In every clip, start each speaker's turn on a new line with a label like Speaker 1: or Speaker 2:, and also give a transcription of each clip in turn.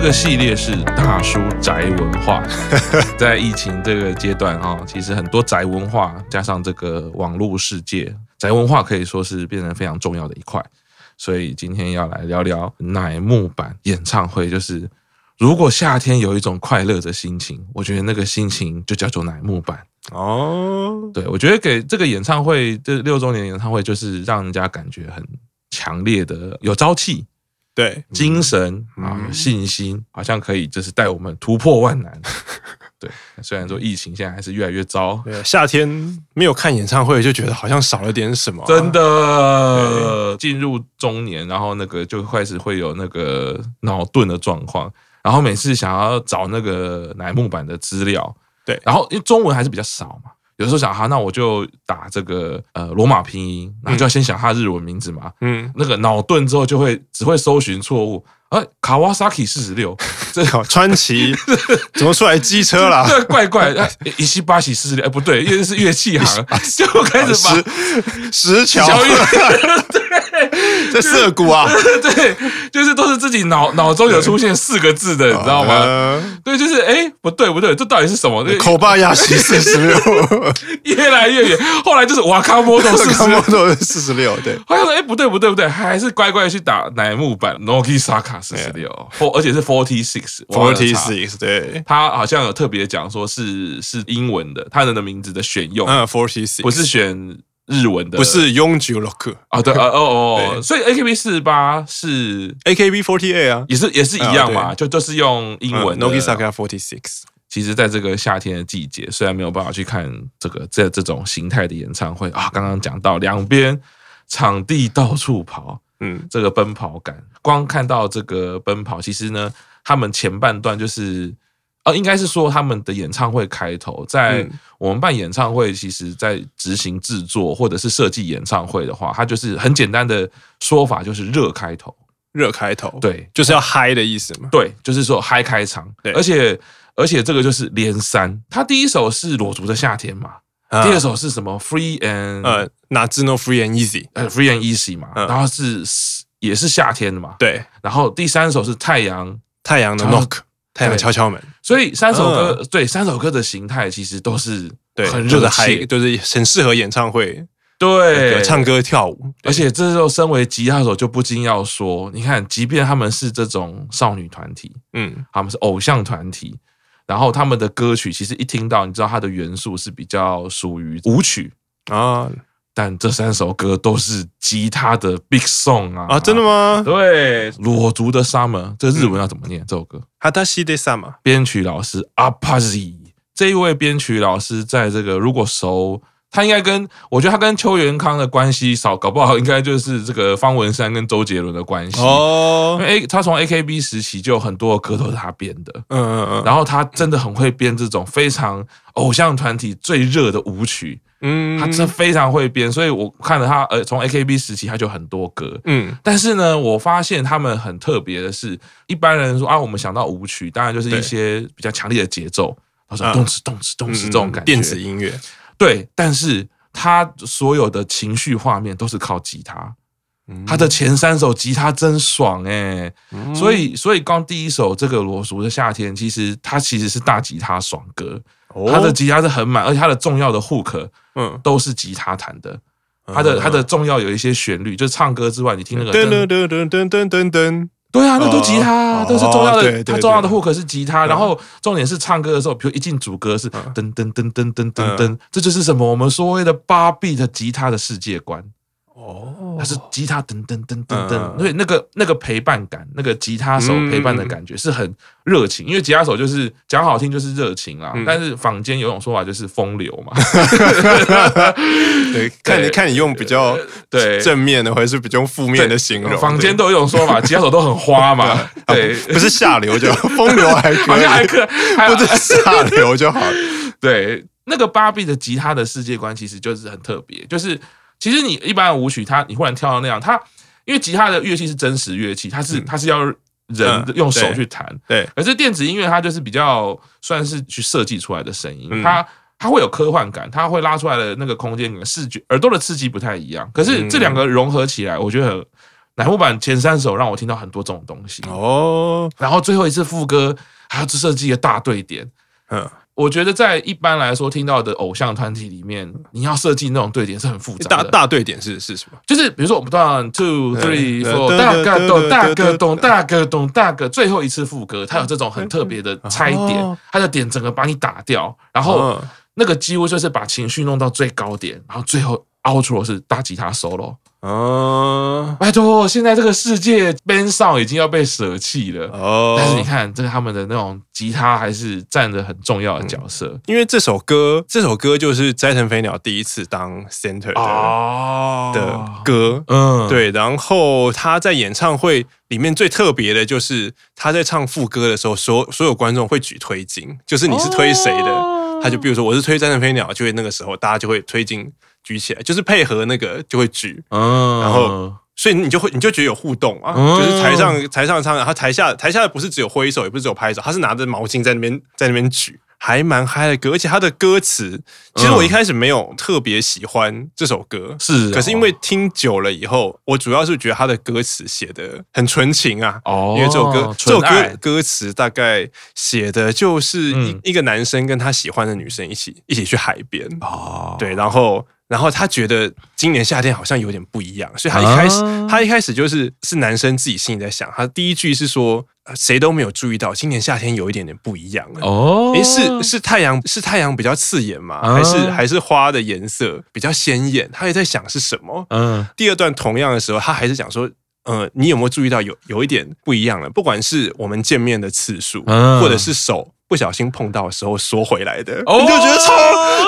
Speaker 1: 个系列是大叔宅文化，在疫情这个阶段哈、其实很多宅文化加上这个网络世界，宅文化可以说是变成非常重要的一块。所以今天要来聊聊乃木坂演唱会，就是如果夏天有一种快乐的心情，我觉得那个心情就叫做乃木坂。
Speaker 2: 哦，
Speaker 1: 对，我觉得给这个演唱会，这六周年演唱会，就是让人家感觉很强烈的有朝气、
Speaker 2: 对，
Speaker 1: 精神
Speaker 2: 嗯
Speaker 1: 啊、有信心，好像可以就是带我们突破万难。对，虽然说疫情现在还是越来越糟，
Speaker 2: 对，夏天没有看演唱会就觉得好像少了点什么啊、
Speaker 1: 真
Speaker 2: 哦
Speaker 1: 的进入中年，然后那个就开始会有那个脑钝的状况，然后每次想要找那个乃木坂的资料，
Speaker 2: 对
Speaker 1: 然后因为中文还是比较少嘛。有时候想哈，那我就打这个呃罗马拼音，然后就要先想他日文名字嘛。
Speaker 2: 嗯，
Speaker 1: 那个脑钝之后就会只会搜寻错误，啊，卡瓦萨 k 四十六，这
Speaker 2: 靠，川崎怎么出来机车啦？
Speaker 1: 这怪怪，啊一西巴西四十六，哎不对，因为是乐器行，就开始把
Speaker 2: 石石桥啊
Speaker 1: 小乐
Speaker 2: 在涩谷啊，
Speaker 1: 对，就是都是自己脑脑中有出现四个字的，你知道吗？
Speaker 2: 呃？
Speaker 1: 对，就是哎、不对不对，这到底是什么？对
Speaker 2: 口巴亚西四 十六，
Speaker 1: 越来越远，后来就是瓦卡莫多四十
Speaker 2: 看摩托四十六， 对，
Speaker 1: 后来说，哎、不对不对不对，还是乖乖去打乃木坂 Noki Saka 四十六，而且是 forty six
Speaker 2: forty six，对，
Speaker 1: 他好像有特别讲说是是英文的，他人的名字的选用，
Speaker 2: 嗯，forty six，
Speaker 1: 哦不是选日文的，
Speaker 2: 不是 y o n g j u l o k
Speaker 1: 啊、对啊哦哦，
Speaker 2: 对
Speaker 1: 所以 AKB 四十八是
Speaker 2: AKB forty eight 啊，
Speaker 1: 也是也是一样嘛，
Speaker 2: 啊
Speaker 1: 就都是用英文的。
Speaker 2: n o k i Saka forty six，
Speaker 1: 其实在这个夏天的季节，虽然没有办法去看这个这这种形态的演唱会啊，刚刚讲到两边场地到处跑，
Speaker 2: 嗯，
Speaker 1: 这个奔跑感，光看到这个奔跑，其实呢，他们前半段就是。呃，应该是说他们的演唱会开头，在
Speaker 2: 嗯
Speaker 1: 我们办演唱会，其实在执行制作或者是设计演唱会的话，它就是很简单的说法，就是热开头。
Speaker 2: 热开头，，
Speaker 1: 对，
Speaker 2: 就是要嗨的意思嘛，
Speaker 1: 对，就是说嗨开场，
Speaker 2: 对
Speaker 1: 而且而且这个就是连三，他第一首是裸足的夏天嘛，第二
Speaker 2: 啊
Speaker 1: 首是什么 Free and 呃
Speaker 2: 呃，哪知 no free and easy，
Speaker 1: Free and Easy 嘛，
Speaker 2: 嗯
Speaker 1: 然后是也是夏天的嘛，
Speaker 2: 对，
Speaker 1: 然后第三首是太阳，
Speaker 2: 太阳的
Speaker 1: 敲
Speaker 2: knock，太阳
Speaker 1: 对
Speaker 2: 敲敲门，
Speaker 1: 所以三首歌、对三首歌的形态其实都是
Speaker 2: 嗯对，
Speaker 1: 很
Speaker 2: 就
Speaker 1: 热
Speaker 2: 是嗨，
Speaker 1: 切，
Speaker 2: 就是很适合演唱会，
Speaker 1: 对，
Speaker 2: 唱歌跳舞，
Speaker 1: 而且这时候，身为吉他手就不禁要说，你看，即便他们是这种少女团体，
Speaker 2: 嗯，
Speaker 1: 他们是偶像团体，然后他们的歌曲其实一听到，你知道它的元素是比较属于舞曲，
Speaker 2: 啊
Speaker 1: 但这三首歌都是吉他的 big song 啊
Speaker 2: 啊，真的？吗？
Speaker 1: 对，裸足的 summer，这日文要怎么念、这首歌？
Speaker 2: 哈达西德萨嘛，
Speaker 1: 编曲老师 Apazi 这一位编曲老师，在这个如果熟。他应该跟我觉得他跟邱元康的关系少，搞不好应该就是这个方文山跟周杰伦的关系。因
Speaker 2: 哦，
Speaker 1: 为 A 他从 AKB 时期就有很多歌都是他编的，
Speaker 2: 嗯嗯嗯，
Speaker 1: 然后他真的很会编这种非常偶像团体最热的舞曲，
Speaker 2: 嗯，
Speaker 1: 他真的非常会编，所以我看了他呃从 AKB 时期他就很多歌。
Speaker 2: 嗯，
Speaker 1: 但是呢，我发现他们很特别的是，一般人说啊，我们想到舞曲，当然就是一
Speaker 2: 对
Speaker 1: 些比较强烈的节奏，他说
Speaker 2: 嗯
Speaker 1: 动次动次动次这种感觉，
Speaker 2: 电子音乐，
Speaker 1: 对。但是他所有的情绪画面都是靠吉他，他的前三首吉他真爽哎、
Speaker 2: 嗯，
Speaker 1: 所以，所以刚第一首这个《裸熟的夏天》，其实它其实是大吉他爽歌，
Speaker 2: 哦
Speaker 1: 它的吉他是很满，而且它的重要的 hook
Speaker 2: 嗯，
Speaker 1: 都是吉他弹的，它的它的重要有一些旋律，就是唱歌之外，你听那个
Speaker 2: 噔噔噔噔噔噔噔噔，
Speaker 1: 对啊，那都吉他，
Speaker 2: 哦
Speaker 1: 都是重要
Speaker 2: 对
Speaker 1: 的，
Speaker 2: 对对
Speaker 1: 它重要的 hook 是吉他，然后重点是唱歌的时候，比如一进主歌是
Speaker 2: 嗯
Speaker 1: 噔噔噔噔噔噔噔，这就是什么我们所谓的八 B 的吉他的世界观，
Speaker 2: 哦
Speaker 1: 它是吉他噔噔噔噔
Speaker 2: 嗯
Speaker 1: 噔，所以那个那个陪伴感，那个吉他手陪伴的感觉是很热情，因为吉他手就是讲好听就是热情啦，
Speaker 2: 嗯
Speaker 1: 但是坊间有种说法就是风流 嘛，
Speaker 2: 对，看你看你用比较
Speaker 1: 对
Speaker 2: 正面的，还是比较负面的形容，
Speaker 1: 坊间都有一种说法，吉他手都很花嘛，对
Speaker 2: 对，啊，不不是下流就风流还
Speaker 1: 好像还
Speaker 2: 可以，啊
Speaker 1: 可还
Speaker 2: 不是下流就好，
Speaker 1: 对，那个芭比的吉他的世界观其实就是很特别，就是其实你一般的舞曲它，你忽然跳到那样，它因为吉他的乐器是真实乐器，它是、它是要人
Speaker 2: 嗯
Speaker 1: 用手
Speaker 2: 对
Speaker 1: 去弹，
Speaker 2: 对，
Speaker 1: 可是电子音乐它就是比较算是去设计出来的声音，
Speaker 2: 嗯
Speaker 1: 它它会有科幻感，它会拉出来的那个空间感、视觉、耳朵的刺激不太一样。可是这两个融合起来，我觉得很乃木坂前三首让我听到很多这种东西，
Speaker 2: 哦，
Speaker 1: 然后最后一次副歌还要设计一个大对点。
Speaker 2: 嗯，
Speaker 1: 我觉得在一般来说听到的偶像团体里面，你要设计那种对点是很复杂
Speaker 2: 大
Speaker 1: 的。
Speaker 2: 大对点是是什么？
Speaker 1: 就是比如说我们 one two three
Speaker 2: 对
Speaker 1: four
Speaker 2: 对
Speaker 1: 大个
Speaker 2: 对
Speaker 1: 咚
Speaker 2: 对
Speaker 1: 大个
Speaker 2: 对
Speaker 1: 咚大个咚大个，最后一次副歌，它有这种很特别的拆点
Speaker 2: 哦，
Speaker 1: 它的点整个把你打掉，然后
Speaker 2: 嗯
Speaker 1: 那个几乎就是把情绪弄到最高点，然后最后 outro 是大吉他 solo。
Speaker 2: 哦
Speaker 1: 拜托，现在这个世界 band song 已经要被舍弃了，
Speaker 2: 哦，
Speaker 1: 但是你看，这个他们的那种吉他还是占着很重要的角色
Speaker 2: 因为这首歌，这首歌就是斋藤飞鸟第一次当 center 的、
Speaker 1: 哦
Speaker 2: 的，歌。
Speaker 1: 嗯，
Speaker 2: 对，然后他在演唱会里面最特别的就是他在唱副歌的时候，所所有观众会举推进，就是你是推谁的，
Speaker 1: 哦
Speaker 2: 他就比如说我是推战神飞鸟，就会那个时候大家就会推进举起来，就是配合那个就会举，
Speaker 1: 嗯，
Speaker 2: 然后所以你就会你就觉得有互动啊，
Speaker 1: 哦
Speaker 2: 就是台上台上唱，然后台下台下的不是只有挥手，也不是只有拍手，他是拿着毛巾在那边在那边举。还蛮嗨的歌，而且他的歌词，其实我一开始没有特别喜欢这首歌，
Speaker 1: 是哦
Speaker 2: 可是因为听久了以后，我主要是觉得他的歌词写的很纯情啊，
Speaker 1: 哦，
Speaker 2: 因为这首歌这
Speaker 1: 纯
Speaker 2: 首
Speaker 1: 爱
Speaker 2: 歌歌词大概写的就是一、
Speaker 1: 嗯
Speaker 2: 一个男生跟他喜欢的女生一起一起去海边，
Speaker 1: 哦，
Speaker 2: 对，然后然后他觉得今年夏天好像有点不一样，所以他一开始、
Speaker 1: 啊
Speaker 2: 他一开始就是是男生自己心里在想，他第一句是说呃谁都没有注意到今年夏天有一点点不一样了。
Speaker 1: 哦，
Speaker 2: 诶，是是太阳是太阳比较刺眼吗？还是
Speaker 1: 啊
Speaker 2: 还是花的颜色比较鲜艳？他也在想是什么？
Speaker 1: 嗯
Speaker 2: 第二段同样的时候，他还是讲说，呃，你有没有注意到有有一点不一样了？不管是我们见面的次数，
Speaker 1: 嗯
Speaker 2: 或者是手不小心碰到的时候缩回来的，
Speaker 1: 哦
Speaker 2: 你就觉得超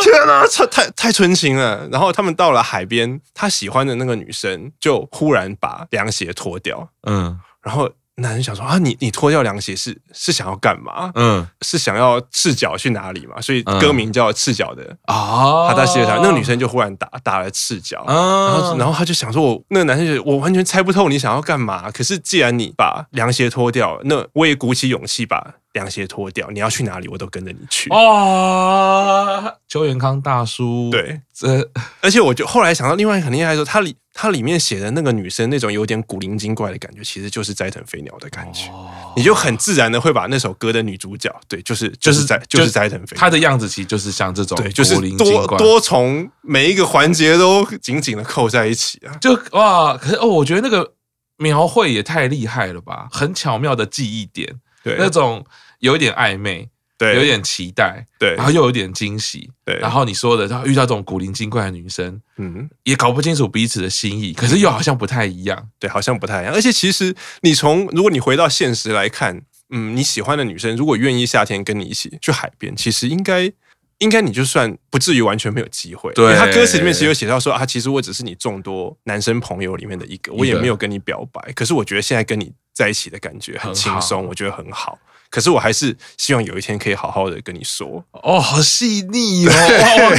Speaker 2: 天哪、超太太纯情了。然后他们到了海边，他喜欢的那个女生就忽然把凉鞋脱掉，
Speaker 1: 嗯
Speaker 2: 然后男人想说啊，你你脱掉凉鞋是是想要干嘛？
Speaker 1: 嗯
Speaker 2: 是想要赤脚去哪里嘛？所以
Speaker 1: 嗯
Speaker 2: 歌名叫《赤脚的
Speaker 1: 啊
Speaker 2: 哦他在世界上，那个女生就忽然打打了赤脚，然
Speaker 1: 啊
Speaker 2: 后，然后他就想说我，那个男生就觉得我完全猜不透你想要干嘛。可是既然你把凉鞋脱掉，那我也鼓起勇气把凉鞋脱掉。你要去哪里，我都跟着你去。
Speaker 1: 哦，邱元康大叔，，
Speaker 2: 对，
Speaker 1: 这
Speaker 2: 而且我就后来想到另外一个很厉害的时候，他里他里面写的那个女生那种有点古灵精怪的感觉，其实就是斋藤飞鸟的感觉。
Speaker 1: 哦
Speaker 2: 你就很自然的会把那首歌的女主角，对，就是就是斋就是斋藤 飞鸟
Speaker 1: 他。的样子其实就是像这种，
Speaker 2: 对，就是
Speaker 1: 古灵精
Speaker 2: 多
Speaker 1: 怪
Speaker 2: 多重每一个环节都紧紧的扣在一起啊！
Speaker 1: 就哇，可是哦，我觉得那个描绘也太厉害了吧，很巧妙的记忆点，
Speaker 2: 对，
Speaker 1: 那种有一点暧昧，
Speaker 2: 对
Speaker 1: 有点期待，
Speaker 2: 对
Speaker 1: 然后又有点惊喜，
Speaker 2: 对，
Speaker 1: 然后你说的，然后遇到这种古灵精怪的女生，
Speaker 2: 嗯，
Speaker 1: 也搞不清楚彼此的心意，可是又好像不太一样，
Speaker 2: 对，好像不太一样。而且其实你从如果你回到现实来看，嗯，你喜欢的女生如果愿意夏天跟你一起去海边，其实应该。应该你就算不至于完全没有机会，
Speaker 1: 对
Speaker 2: 因为他歌词里面其实有写到说啊，其实我只是你众多男生朋友里面的一个，我也没有跟你表白，可是我觉得现在跟你在一起的感觉很轻松，我觉得很好，可是我还是希望有一天可以好好的跟你说。
Speaker 1: 哦，好细腻哦！哇我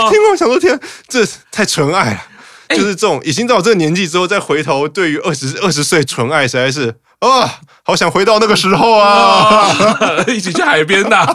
Speaker 1: 靠！
Speaker 2: 听完想说天啊，这太纯爱了，
Speaker 1: 哎
Speaker 2: 就是这种已经到这个年纪之后，再回头对于二十二十岁纯爱，实在是啊，好想回到那个时候啊！
Speaker 1: 啊，一起去海边呐、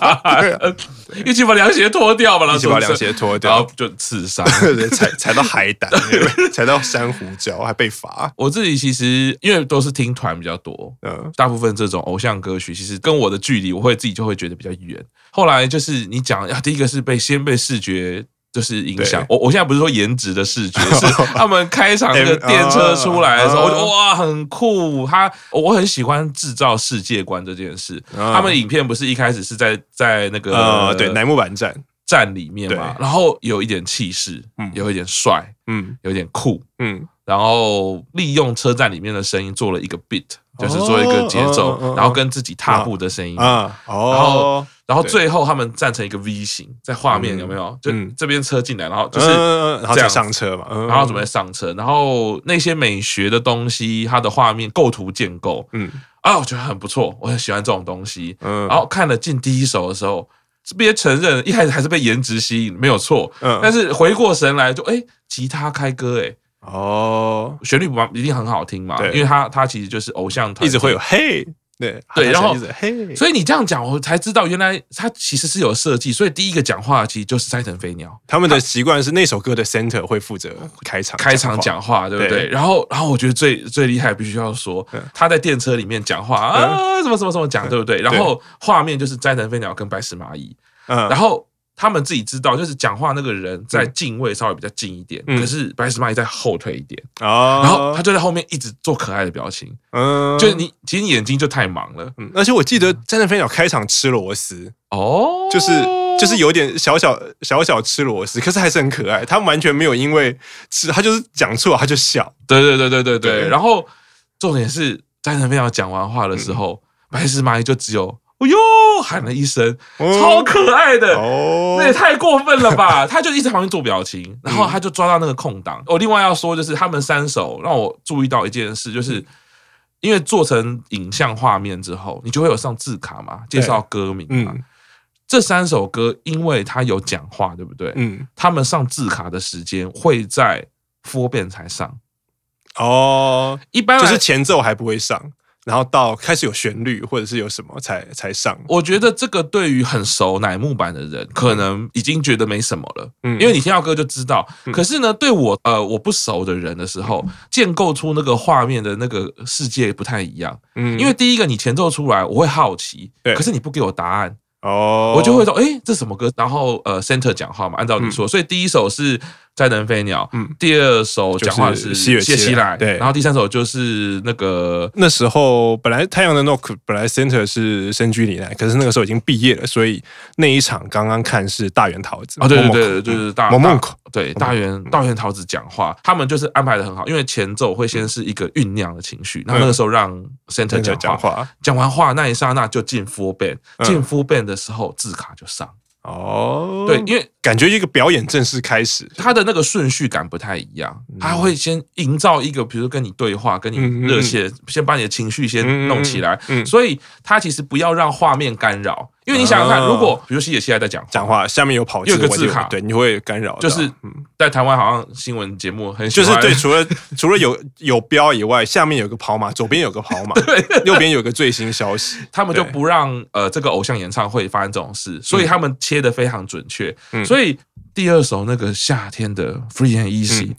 Speaker 1: 一起把凉鞋脱掉吧，
Speaker 2: 一起把凉鞋脱
Speaker 1: 然后
Speaker 2: 掉，
Speaker 1: 就刺伤。
Speaker 2: 对， 踩踩到海胆， 踩到珊瑚礁，还被罚。
Speaker 1: 我自己其实因为都是听团比较多，
Speaker 2: 嗯，
Speaker 1: 大部分这种偶像歌曲其实跟我的距离，我会自己就会觉得比较远。后来就是你讲，啊、第一个是被先被视觉。就是影响我，我现在不是说颜值的视觉， 是他们开场那个
Speaker 2: M-
Speaker 1: 电车出来的时候，
Speaker 2: 啊
Speaker 1: 我就哇很酷，他我很喜欢制造世界观这件事。
Speaker 2: 啊
Speaker 1: 他们影片不是一开始是在在那个
Speaker 2: 呃，对，乃木坂站，
Speaker 1: 站里面嘛，
Speaker 2: 对
Speaker 1: 然后有一点气势
Speaker 2: 嗯，
Speaker 1: 有一点帅，
Speaker 2: 嗯
Speaker 1: 有一点酷，
Speaker 2: 嗯，
Speaker 1: 然后利用车站里面的声音做了一个 beat，就是做一个节奏，
Speaker 2: 哦哦哦哦
Speaker 1: 然后跟自己踏步的声音，
Speaker 2: 啊，
Speaker 1: 嗯然后
Speaker 2: 哦，
Speaker 1: 然后
Speaker 2: 对
Speaker 1: 最后他们站成一个 V 型，在画面
Speaker 2: 嗯
Speaker 1: 有没有？就
Speaker 2: 嗯
Speaker 1: 这边车进来，然后就
Speaker 2: 嗯
Speaker 1: 是。
Speaker 2: 嗯嗯然
Speaker 1: 这
Speaker 2: 后再
Speaker 1: 样
Speaker 2: 上车嘛，嗯
Speaker 1: 然后准备，上车，然后那些美学的东西，它的画面构图建构
Speaker 2: 嗯
Speaker 1: 啊，我觉得很不错，我很喜欢这种东西。
Speaker 2: 嗯，
Speaker 1: 然后看了进第一首的时候，这边承认一开始还是被颜值吸引，没有错。
Speaker 2: 嗯
Speaker 1: 但是回过神来就，哎，吉他开歌，哎，
Speaker 2: 哦，
Speaker 1: 旋律不一定很好听嘛，
Speaker 2: 对
Speaker 1: 因为它它其实就是偶像团体
Speaker 2: 一直会有嘿，对
Speaker 1: 对然后
Speaker 2: 他才一直嘿，
Speaker 1: 所以你这样讲，我才知道原来它其实是有设计。所以第一个讲话其实就是斋藤飞鸟
Speaker 2: 他们的习惯是那首歌的 center 会负责开场
Speaker 1: 开场
Speaker 2: 话
Speaker 1: 讲话，对不对？
Speaker 2: 对
Speaker 1: 然后，然后我觉得最最厉害，必须要说
Speaker 2: 嗯
Speaker 1: 他在电车里面讲话啊，什么什么什么讲，对不对？然后画面就是斋藤飞鸟跟白石麻衣，
Speaker 2: 嗯
Speaker 1: 然后他们自己知道，就是讲话那个人在近位稍微比较近一点，
Speaker 2: 嗯
Speaker 1: 可是白石麻衣在后退一点，
Speaker 2: 哦
Speaker 1: 然后他就在后面一直做可爱的表情，
Speaker 2: 嗯
Speaker 1: 就是你其实你眼睛就太忙了
Speaker 2: 嗯，而且我记得《战争飞鸟》开场吃螺丝，
Speaker 1: 哦，
Speaker 2: 就是就是有点小小小小吃螺丝，可是还是很可爱。他完全没有因为吃，他就是讲错他就笑。
Speaker 1: 对对对对对对。
Speaker 2: 对
Speaker 1: 然后重点是，斋藤飞鸟讲完话的时候，
Speaker 2: 嗯
Speaker 1: 白石蚂蚁就只有“哦哟”喊了一声，
Speaker 2: 哦
Speaker 1: 超可爱的。
Speaker 2: 哦
Speaker 1: 那也太过分了 吧！他就一直在旁边做表情，然
Speaker 2: 嗯
Speaker 1: 后他就抓到那个空档。我另外要说，就是他们三首让我注意到一件事，
Speaker 2: 嗯
Speaker 1: 就是因为做成影像画面之后，你就会有上字卡嘛，介绍歌名嘛。
Speaker 2: 嗯
Speaker 1: 这三首歌，因为它有讲话，对不对？
Speaker 2: 嗯
Speaker 1: 他们上字卡的时间会在 Four 变才上，
Speaker 2: 哦，
Speaker 1: 一般来
Speaker 2: 就是前奏还不会上，然后到开始有旋律或者是有什么才才上。
Speaker 1: 我觉得这个对于很熟乃木坂的人，可能已经觉得没什么了，
Speaker 2: 嗯
Speaker 1: 因为你听到歌就知道。
Speaker 2: 嗯
Speaker 1: 可是呢，对我呃我不熟的人的时候，建构出那个画面的那个世界不太一样。
Speaker 2: 嗯
Speaker 1: 因为第一个你前奏出来，我会好奇，
Speaker 2: 对
Speaker 1: 可是你不给我答案，
Speaker 2: 哦，
Speaker 1: 我就会说，诶，这什么歌？然后呃，center 讲话嘛，按照你说，所以第一首是。斋能飞鸟，
Speaker 2: 嗯
Speaker 1: 第二首讲话
Speaker 2: 就是是西野
Speaker 1: 谢
Speaker 2: 七
Speaker 1: 希
Speaker 2: 濑
Speaker 1: 来，
Speaker 2: 对
Speaker 1: 然后第三首就是那个
Speaker 2: 那时候本来太阳的 Nook 本来 Center 是深居里奈，可是那个时候已经毕业了，所以那一场刚刚看是大圆桃子
Speaker 1: 啊，对对对，就是大
Speaker 2: 萌
Speaker 1: 大
Speaker 2: 萌口，
Speaker 1: 对大圆大圆桃子讲话，他们就是安排的很好，因为前奏会先是一个酝酿的情绪，然后那个时候让 center
Speaker 2: 真
Speaker 1: 讲
Speaker 2: 的嗯讲
Speaker 1: 话，
Speaker 2: 话
Speaker 1: 讲完话那一刹那就进 full band，
Speaker 2: 嗯
Speaker 1: 进 full band 的时候字卡就上，
Speaker 2: 哦，
Speaker 1: 对，因为
Speaker 2: 感觉一个表演正式开始，
Speaker 1: 他的那个顺序感不太一样，他会先营造一个，比如跟你对话，跟你
Speaker 2: 嗯嗯嗯嗯
Speaker 1: 热切，先把你的情绪先弄起来，
Speaker 2: 嗯嗯嗯
Speaker 1: 所以他其实不要让画面干扰，因为你想想看，
Speaker 2: 哦
Speaker 1: 如果比如西野七濑在讲
Speaker 2: 讲话下面有跑字
Speaker 1: 有一个
Speaker 2: 我就
Speaker 1: 字卡
Speaker 2: 对，你会干扰到，
Speaker 1: 就是
Speaker 2: 嗯
Speaker 1: 在台湾好像新闻节目很喜
Speaker 2: 就是
Speaker 1: 欢
Speaker 2: 对，除了 除了有有标以外，下面有个跑马，左边有个 跑马，右边有个最新消息，
Speaker 1: 他们就
Speaker 2: 对
Speaker 1: 不让呃这个偶像演唱会发生这种事，所以他们切的非常准确。
Speaker 2: 嗯
Speaker 1: 所以第二首那个夏天的 Free and
Speaker 2: 嗯
Speaker 1: Easy，、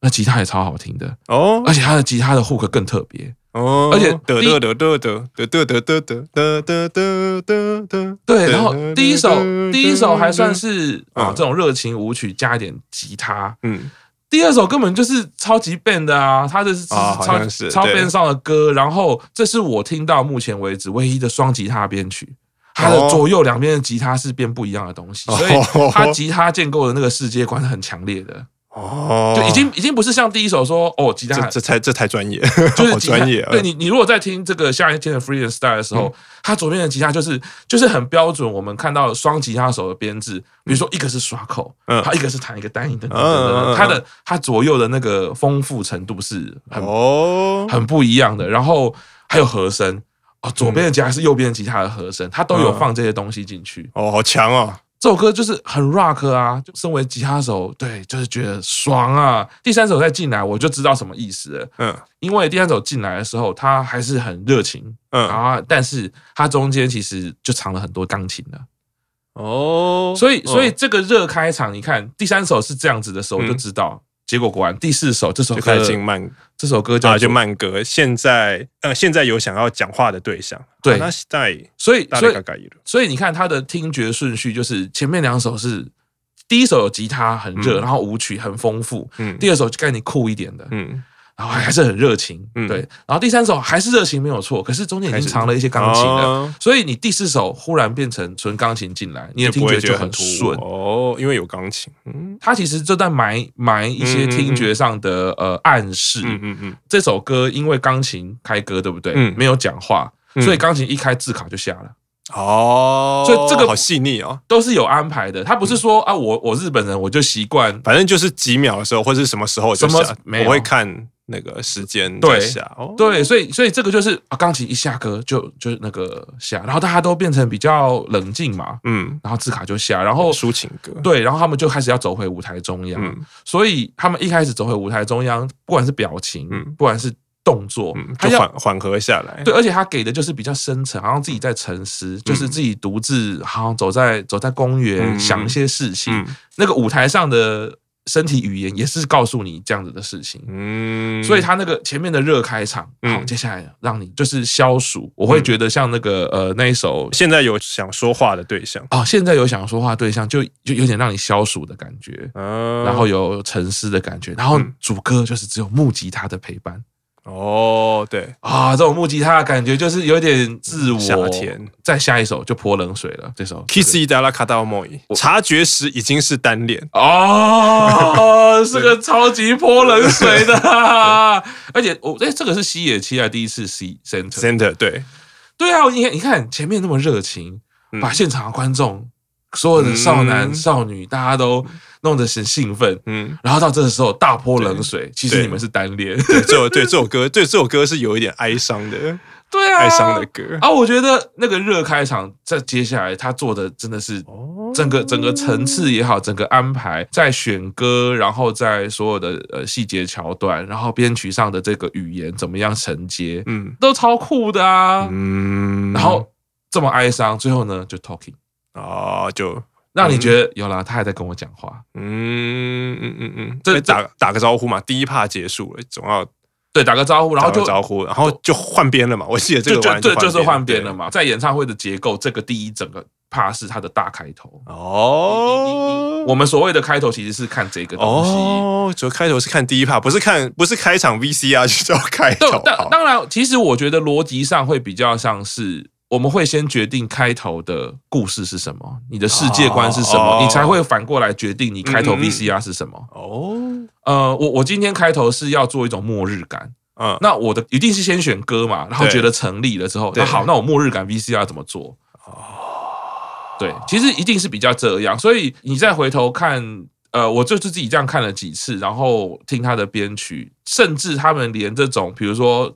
Speaker 1: 那吉他也超好听的，
Speaker 2: 哦
Speaker 1: 而且他的吉他的 hook 更特别。
Speaker 2: 哦，
Speaker 1: 而且
Speaker 2: 得
Speaker 1: 第
Speaker 2: 得得得得得得得得得得得得得，
Speaker 1: 对，然后第一首第一首还算
Speaker 2: 是。
Speaker 1: 是啊、
Speaker 2: 嗯
Speaker 1: 这种热情舞曲加一点吉他，
Speaker 2: 嗯
Speaker 1: 第二首根本就是超级 band 的啊，它这是超、
Speaker 2: 啊好像是
Speaker 1: 超
Speaker 2: 对
Speaker 1: band 上的歌，然后这是我听到目前为止唯一的双吉他编曲。它的
Speaker 2: 哦
Speaker 1: 左右两边的吉他是变不一样的东西，所以
Speaker 2: 哦
Speaker 1: 它吉他建构的那个世界观是很强烈的，
Speaker 2: 哦，
Speaker 1: 就已经已经不是像第一首说哦吉他
Speaker 2: 这这才这才专业，
Speaker 1: 就是
Speaker 2: 好
Speaker 1: 吉他
Speaker 2: 专业啊！嗯
Speaker 1: 对你，你如果在听这个下一天的 Free and Style 的时候，它左边的吉他就是就是很标准，我们看到双吉他手的编制，比如说一个是刷口，
Speaker 2: 嗯
Speaker 1: 它一个是弹一个单音等等
Speaker 2: 嗯
Speaker 1: 等等
Speaker 2: 嗯嗯
Speaker 1: 等，
Speaker 2: 嗯
Speaker 1: 它的它左右的那个丰富程度是 很
Speaker 2: 哦，
Speaker 1: 很不一样的。然后还有和声。哦，左边的吉他是右边的吉他的和声，它都有
Speaker 2: 嗯
Speaker 1: 放这些东西进去。
Speaker 2: 哦，好强哦！
Speaker 1: 这首歌就是很 rock 啊，就身为吉他手，对，就是觉得爽啊。第三首再进来，我就知道什么意思了。
Speaker 2: 嗯
Speaker 1: 因为第三首进来的时候，他还是很热情，然
Speaker 2: 嗯，
Speaker 1: 后但是他中间其实就藏了很多钢琴的，
Speaker 2: 哦
Speaker 1: 所以所以这个热开场，你看第三首是这样子的时候
Speaker 2: 嗯
Speaker 1: 就知道，结果果然第四首这首
Speaker 2: 哦就开
Speaker 1: 歌
Speaker 2: 始进慢
Speaker 1: 这首歌叫
Speaker 2: 啊，
Speaker 1: 做
Speaker 2: 就，慢歌。现在呃，现在有想要讲话的对象，啊
Speaker 1: 对
Speaker 2: 那是在
Speaker 1: 所以
Speaker 2: 大
Speaker 1: 所
Speaker 2: 力嘎
Speaker 1: 以
Speaker 2: 嘎一路，
Speaker 1: 所以你看他的听觉顺序就是前面两首是第一首有吉他很热，
Speaker 2: 嗯
Speaker 1: 然后舞曲很丰富，
Speaker 2: 嗯
Speaker 1: 第二首就该你酷一点的，
Speaker 2: 嗯，
Speaker 1: 然后还是很热情，
Speaker 2: 嗯
Speaker 1: 对，然后第三首还是热情没有错，可是中间已
Speaker 2: 开
Speaker 1: 经
Speaker 2: 始
Speaker 1: 藏了一些钢琴了。
Speaker 2: 哦
Speaker 1: 所以你第四首忽然变成纯钢琴进来，你的
Speaker 2: 就
Speaker 1: 听
Speaker 2: 不会
Speaker 1: 觉
Speaker 2: 觉
Speaker 1: 就
Speaker 2: 得
Speaker 1: 很
Speaker 2: 突兀
Speaker 1: 顺。
Speaker 2: 哦，因为有钢琴，嗯
Speaker 1: 它其实就在埋埋一些
Speaker 2: 嗯嗯
Speaker 1: 听觉上的呃暗示。
Speaker 2: 嗯嗯嗯，
Speaker 1: 这首歌因为钢琴开歌，对不对？
Speaker 2: 嗯
Speaker 1: 没有讲话，
Speaker 2: 嗯
Speaker 1: 所以钢琴一开字卡就下了，
Speaker 2: 哦，
Speaker 1: 所以这个
Speaker 2: 好细腻哦。
Speaker 1: 都是有安排的。他不是说啊，我我日本人我就习惯。
Speaker 2: 反正就是几秒的时候，或者是什么时候就
Speaker 1: 什么
Speaker 2: 下
Speaker 1: 没有
Speaker 2: 我会看那个时间
Speaker 1: 对
Speaker 2: 在下哦，
Speaker 1: 对，所以所以这个就是啊，钢琴一下歌就就那个下，然后大家都变成比较冷静嘛，
Speaker 2: 嗯，
Speaker 1: 然后字卡就下，然后
Speaker 2: 抒情歌，
Speaker 1: 哦对，然后他们就开始要走回舞台中央。
Speaker 2: 嗯
Speaker 1: 所以他们一开始走回舞台中央，不管是表情，
Speaker 2: 嗯
Speaker 1: 不管是动作，
Speaker 2: 嗯，
Speaker 1: 他
Speaker 2: 就
Speaker 1: 要
Speaker 2: 缓缓和下来。
Speaker 1: 对，而且他给的就是比较深层，好像自己在沉思，就是自己独自，好像走在走在公园、
Speaker 2: 嗯
Speaker 1: 想一些事情。
Speaker 2: 嗯
Speaker 1: 那个舞台上的身体语言也是告诉你这样子的事情。
Speaker 2: 嗯，
Speaker 1: 所以他那个前面的热开场，
Speaker 2: 嗯
Speaker 1: 好，接下来让你就是消暑。我会觉得像那个呃那一首
Speaker 2: 现在有想说话的对象，
Speaker 1: 哦，现在有想说话对象，就就有点让你消暑的感觉，
Speaker 2: 嗯，
Speaker 1: 然后有沉思的感觉，然后
Speaker 2: 嗯
Speaker 1: 主歌就是只有木吉他的陪伴
Speaker 2: 哦，对，
Speaker 1: 啊，这种木吉他的感觉就是有点自我。
Speaker 2: 夏天，
Speaker 1: 再下一首就泼冷水了，这首
Speaker 2: kiss 伊达拉卡达莫伊，察觉时已经是单恋。
Speaker 1: 哦，是个超级泼冷水的啊， 而且我哎、这个是西野七啊第一次 C center，
Speaker 2: Center 对，
Speaker 1: 对啊，你看，你看前面那么热情，
Speaker 2: 嗯
Speaker 1: 把现场的观众、所有的少男、
Speaker 2: 嗯
Speaker 1: 少女，大家都弄得很兴奋，
Speaker 2: 嗯，
Speaker 1: 然后到这时候大泼冷水，其实
Speaker 2: 对
Speaker 1: 你们是单恋，
Speaker 2: 对这首对这首歌，对这首歌是有一点哀伤的，
Speaker 1: 对啊，
Speaker 2: 哀伤的歌。
Speaker 1: 啊！我觉得那个热开场，在接下来他做的真的是
Speaker 2: 哦
Speaker 1: 整个整个层次也好，整个安排在选歌，然后在所有的呃细节桥段，然后编曲上的这个语言怎么样承接，
Speaker 2: 嗯
Speaker 1: 都超酷的啊！
Speaker 2: 嗯，
Speaker 1: 然后这么哀伤，最后呢就 talking。
Speaker 2: 哦，就
Speaker 1: 让你觉得有啦，他还在跟我讲话。
Speaker 2: 嗯嗯嗯嗯，
Speaker 1: 这
Speaker 2: 这打打个招呼嘛，第一趴结束了，总要
Speaker 1: 对，打个招呼，然后
Speaker 2: 打个
Speaker 1: 就
Speaker 2: 招呼，然后就换边了嘛。我记得这
Speaker 1: 就
Speaker 2: 个
Speaker 1: 就
Speaker 2: 完
Speaker 1: 对，就是换边了
Speaker 2: 嘛。
Speaker 1: 嘛。在演唱会的结构，这个第一整个 part 是它的大开头。
Speaker 2: 哦，
Speaker 1: 我们所谓的开头其实是看这个东西。
Speaker 2: 哦，主要开头是看第一趴，不是看不是开场 VCR 就叫开头
Speaker 1: 对，
Speaker 2: 好
Speaker 1: 当当然，其实我觉得逻辑上会比较像是。我们会先决定开头的故事是什么，你的世界观是什么，
Speaker 2: 哦
Speaker 1: 你才会反过来决定你开头
Speaker 2: 嗯嗯嗯
Speaker 1: VCR 是什么。
Speaker 2: 哦，
Speaker 1: 呃，我我今天开头是要做一种末日感，
Speaker 2: 嗯，
Speaker 1: 那我的一定是先选歌嘛，然后
Speaker 2: 对
Speaker 1: 觉得成立了之后，
Speaker 2: 对哦
Speaker 1: 那好，那我末日感 VCR 怎么做？对，其实一定是比较这样，所以你再回头看，呃，我就是自己这样看了几次，然后听他的编曲，甚至他们连这种，比如说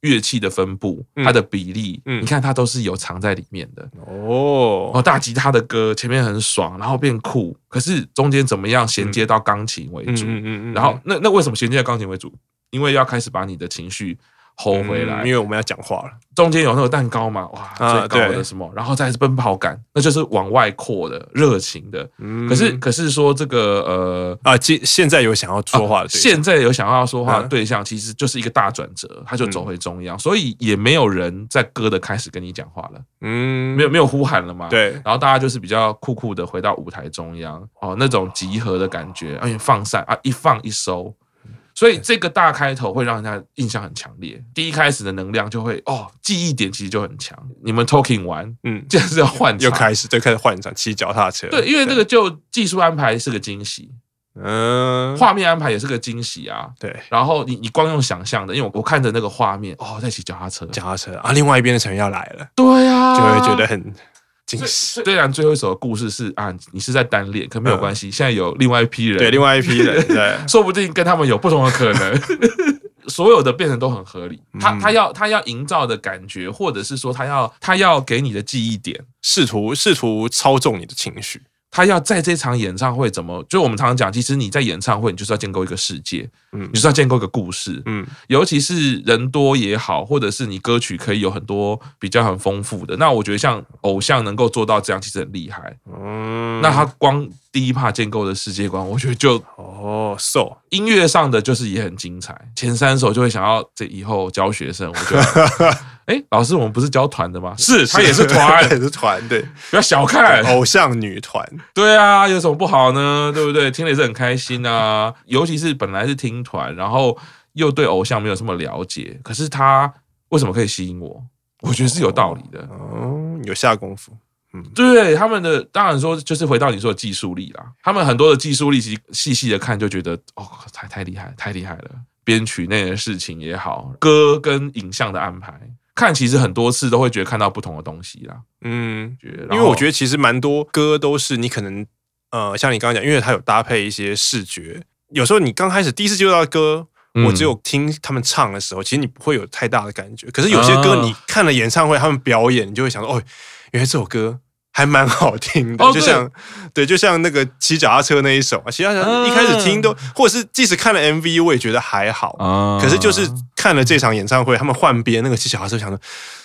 Speaker 1: 乐器的分布、
Speaker 2: 嗯
Speaker 1: 它的比例，
Speaker 2: 嗯
Speaker 1: 你看它都是有藏在里面的。哦，
Speaker 2: 哦，
Speaker 1: 大吉他的歌前面很爽，然后变酷，可是中间怎么样衔接到钢琴为主？哦
Speaker 2: 嗯
Speaker 1: 然后那那为什么衔接钢琴为主？因为要开始把你的情绪 hold 回来，
Speaker 2: 嗯因为我们要讲话了，
Speaker 1: 中间有那个蛋糕嘛，哇，
Speaker 2: 啊
Speaker 1: 最高的
Speaker 2: 对
Speaker 1: 什么，然后再是奔跑感，那就是往外扩的热情的。
Speaker 2: 嗯
Speaker 1: 可是可是说这个呃。
Speaker 2: 啊，现现在有想要说话的对象，
Speaker 1: 啊现在有想要说话的
Speaker 2: 嗯
Speaker 1: 对象，其实就是一个大转折，他就走回中央，所以也没有人在歌的开始跟你讲话了，
Speaker 2: 嗯
Speaker 1: 没有没有呼喊了嘛。
Speaker 2: 对，
Speaker 1: 然后大家就是比较酷酷的回到舞台中央，哦，那种集合的感觉，而且放散啊，一放一收，所以这个大开头会让人家印象很强烈。第一开始的能量就会哦，记忆点其实就很强。你们 talking 完，
Speaker 2: 嗯，
Speaker 1: 这样是要换
Speaker 2: 又
Speaker 1: 场，
Speaker 2: 开始对开始换场骑脚踏车，
Speaker 1: 对，因为那个就技术安排是个惊喜，
Speaker 2: 嗯，
Speaker 1: 画面安排也是个惊喜啊。
Speaker 2: 对
Speaker 1: 然后你你光用想象的，因为我我看着那个画面，哦，在骑脚踏车，
Speaker 2: 脚踏车啊，另外一边的成员要来了，
Speaker 1: 对啊，
Speaker 2: 就会觉得很惊喜。
Speaker 1: 虽然最后一首的故事是啊，你是在单恋，可没有关系，现在有另外一批人，
Speaker 2: 嗯对，另外一批人，对，
Speaker 1: 说不定跟他们有不同的可能。所有的变成都很合理，他
Speaker 2: 嗯
Speaker 1: 他要他要营造的感觉，或者是说他要他要给你的记忆点，
Speaker 2: 试图试图操纵你的情绪，
Speaker 1: 他要在这场演唱会怎么？就我们常常讲，其实你在演唱会，你就是要建构一个世界，
Speaker 2: 嗯
Speaker 1: 你就是要建构一个故事，
Speaker 2: 嗯
Speaker 1: 尤其是人多也好，或者是你歌曲可以有很多比较很丰富的。那我觉得像偶像能够做到这样，其实很厉害。
Speaker 2: 嗯，
Speaker 1: 那他光第一趴建构的世界观，我觉得就
Speaker 2: 哦，so
Speaker 1: 音乐上的就是也很精彩。前三首就会想要这以后教学生，我觉得， 哎，老师，我们不是教团的吗？是，他也是团哎
Speaker 2: 他， 也是团，对，
Speaker 1: 不要小看。哦
Speaker 2: 偶像女团，
Speaker 1: 对啊，有什么不好呢？对不对？听了也是很开心啊。尤其是本来是听团，然后又对偶像没有什么了解，可是他为什么可以吸引我？我觉得是有道理的。
Speaker 2: 哦，有下功夫，
Speaker 1: 对他们的，当然说就是回到你说的技术力啦，他们很多的技术力，其实细细的看就觉得哦，太太厉害，太厉害了。编曲那的事情也好，歌跟影像的安排，看其实很多次都会觉得看到不同的东西啦。
Speaker 2: 嗯，
Speaker 1: 觉得
Speaker 2: 因为我觉
Speaker 1: 得
Speaker 2: 得其实蛮多歌都是你可能呃，像你刚刚讲，因为它有搭配一些视觉，有时候你刚开始第一次接触到的歌。
Speaker 1: 嗯
Speaker 2: 我只有听他们唱的时候，其实你不会有太大的感觉。可是有些歌，
Speaker 1: 啊
Speaker 2: 你看了演唱会，他们表演，你就会想说：“哦，原来这首歌还蛮好听的，
Speaker 1: 哦对
Speaker 2: 就像对，就像那个骑脚踏车那一首啊，骑脚踏车
Speaker 1: 嗯
Speaker 2: 一开始听都，或者是即使看了 MV，我也觉得还好。
Speaker 1: 啊
Speaker 2: 可是就是看了这场演唱会，他们换编那个骑脚踏车，想说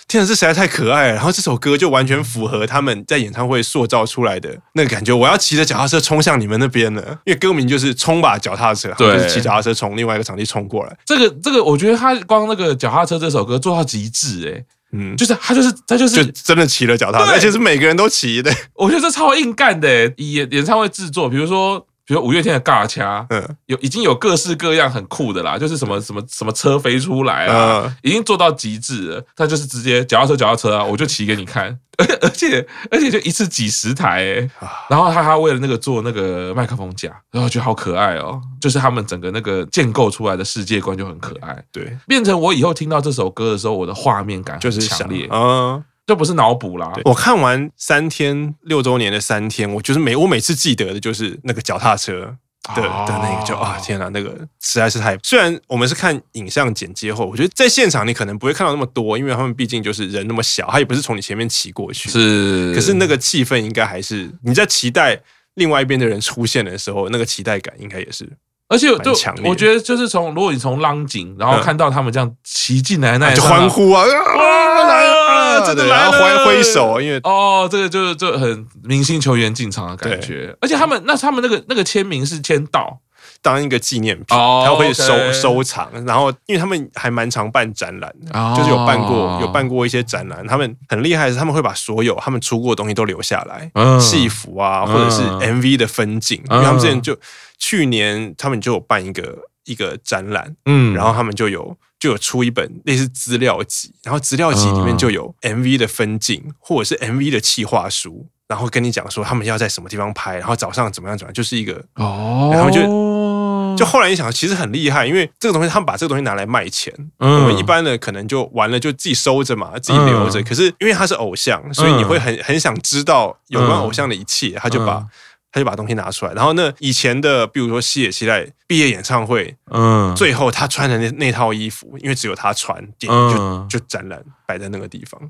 Speaker 2: 天哪，啊这实在太可爱了。然后这首歌就完全符合他们在演唱会塑造出来的那个感觉。我要骑着脚踏车冲向你们那边了，因为歌名就是“冲吧脚踏车”，
Speaker 1: 对
Speaker 2: 就是骑脚踏车从另外一个场地冲过来。
Speaker 1: 这个这个，我觉得他光那个脚踏车这首歌做到极致、欸，
Speaker 2: 嗯，
Speaker 1: 就是他就是他就，
Speaker 2: 就是真的骑了脚踏车，
Speaker 1: 对
Speaker 2: 而且是每个人都骑的。
Speaker 1: 我觉得这超硬干的、欸。以演演唱会制作，比如说。比如说五月天的尬掐，
Speaker 2: 嗯
Speaker 1: 有已经有各式各样很酷的啦，就是什么什么什么车飞出来啊，
Speaker 2: 嗯
Speaker 1: 已经做到极致了。他就是直接脚踏车脚踏车啊，我就骑给你看， 而而且而且就一次几十台、欸，
Speaker 2: 啊
Speaker 1: 然后他还为了那个做那个麦克风架，然后我觉得好可爱哦，就是他们整个那个建构出来的世界观就很可爱，
Speaker 2: 对，
Speaker 1: 变成我以后听到这首歌的时候，我的画面感很
Speaker 2: 就是
Speaker 1: 强烈，
Speaker 2: 嗯。
Speaker 1: 就不是脑补啦，
Speaker 2: 我看完三天六周年的三天，我就是每我每次记得的就是那个脚踏车的、
Speaker 1: 哦
Speaker 2: 的那个就啊天哪，那个实在是太……虽然我们是看影像剪接后，我觉得在现场你可能不会看到那么多，因为他们毕竟就是人那么小，他也不是从你前面骑过去。，
Speaker 1: 是，
Speaker 2: 可是那个气氛应该还是你在期待另外一边的人出现的时候，那个期待感应该也是
Speaker 1: 而且
Speaker 2: 蛮
Speaker 1: 就
Speaker 2: 强烈的
Speaker 1: 我觉得就是从如果你从浪景，然后
Speaker 2: 嗯
Speaker 1: 看到他们这样骑进来那一
Speaker 2: 就
Speaker 1: 刹那
Speaker 2: 欢。呼啊啊来了，真的
Speaker 1: 对
Speaker 2: 来了，
Speaker 1: 然
Speaker 2: 挥
Speaker 1: 后
Speaker 2: 挥手，因为
Speaker 1: 哦，这个就是就很明星球员进场的感觉，而且他们那他们那个那个签名是签到
Speaker 2: 当一个纪念品，
Speaker 1: 哦
Speaker 2: 他会
Speaker 1: OK
Speaker 2: 收、收藏。然后，因为他们还蛮常办展览的，
Speaker 1: 哦
Speaker 2: 就是有办过有办过一些展览。他们很厉害的是，他们会把所有他们出过的东西都留下来，
Speaker 1: 嗯
Speaker 2: 戏服啊，或者是 MV 的分镜。
Speaker 1: 嗯
Speaker 2: 因为他们之前就去年他们就有办一个一个展览，
Speaker 1: 嗯
Speaker 2: 然后他们就有就有出一本类似资料集，然后资料集
Speaker 1: 嗯
Speaker 2: 里面就有 MV 的分镜或者是 MV 的企划书。然后跟你讲说他们要在什么地方拍，然后早上怎么样怎么样，就是一个
Speaker 1: 哦，
Speaker 2: 然后就就
Speaker 1: 就
Speaker 2: 后来一想，其实很厉害，因为这个东西他们把这个东西拿来卖钱，
Speaker 1: 嗯
Speaker 2: 我们一般的可能就完了就自己收着嘛，自己留着。
Speaker 1: 嗯
Speaker 2: 可是因为他是偶像，所以你会很很想知道有关偶像的一切，他就把。
Speaker 1: 嗯
Speaker 2: 他就把东西拿出来，然后呢，以前的比如说西野七濑毕业演唱会，
Speaker 1: 嗯
Speaker 2: 最后他穿的那那套衣服，因为只有他穿，就
Speaker 1: 嗯
Speaker 2: 就展览摆在那个地方，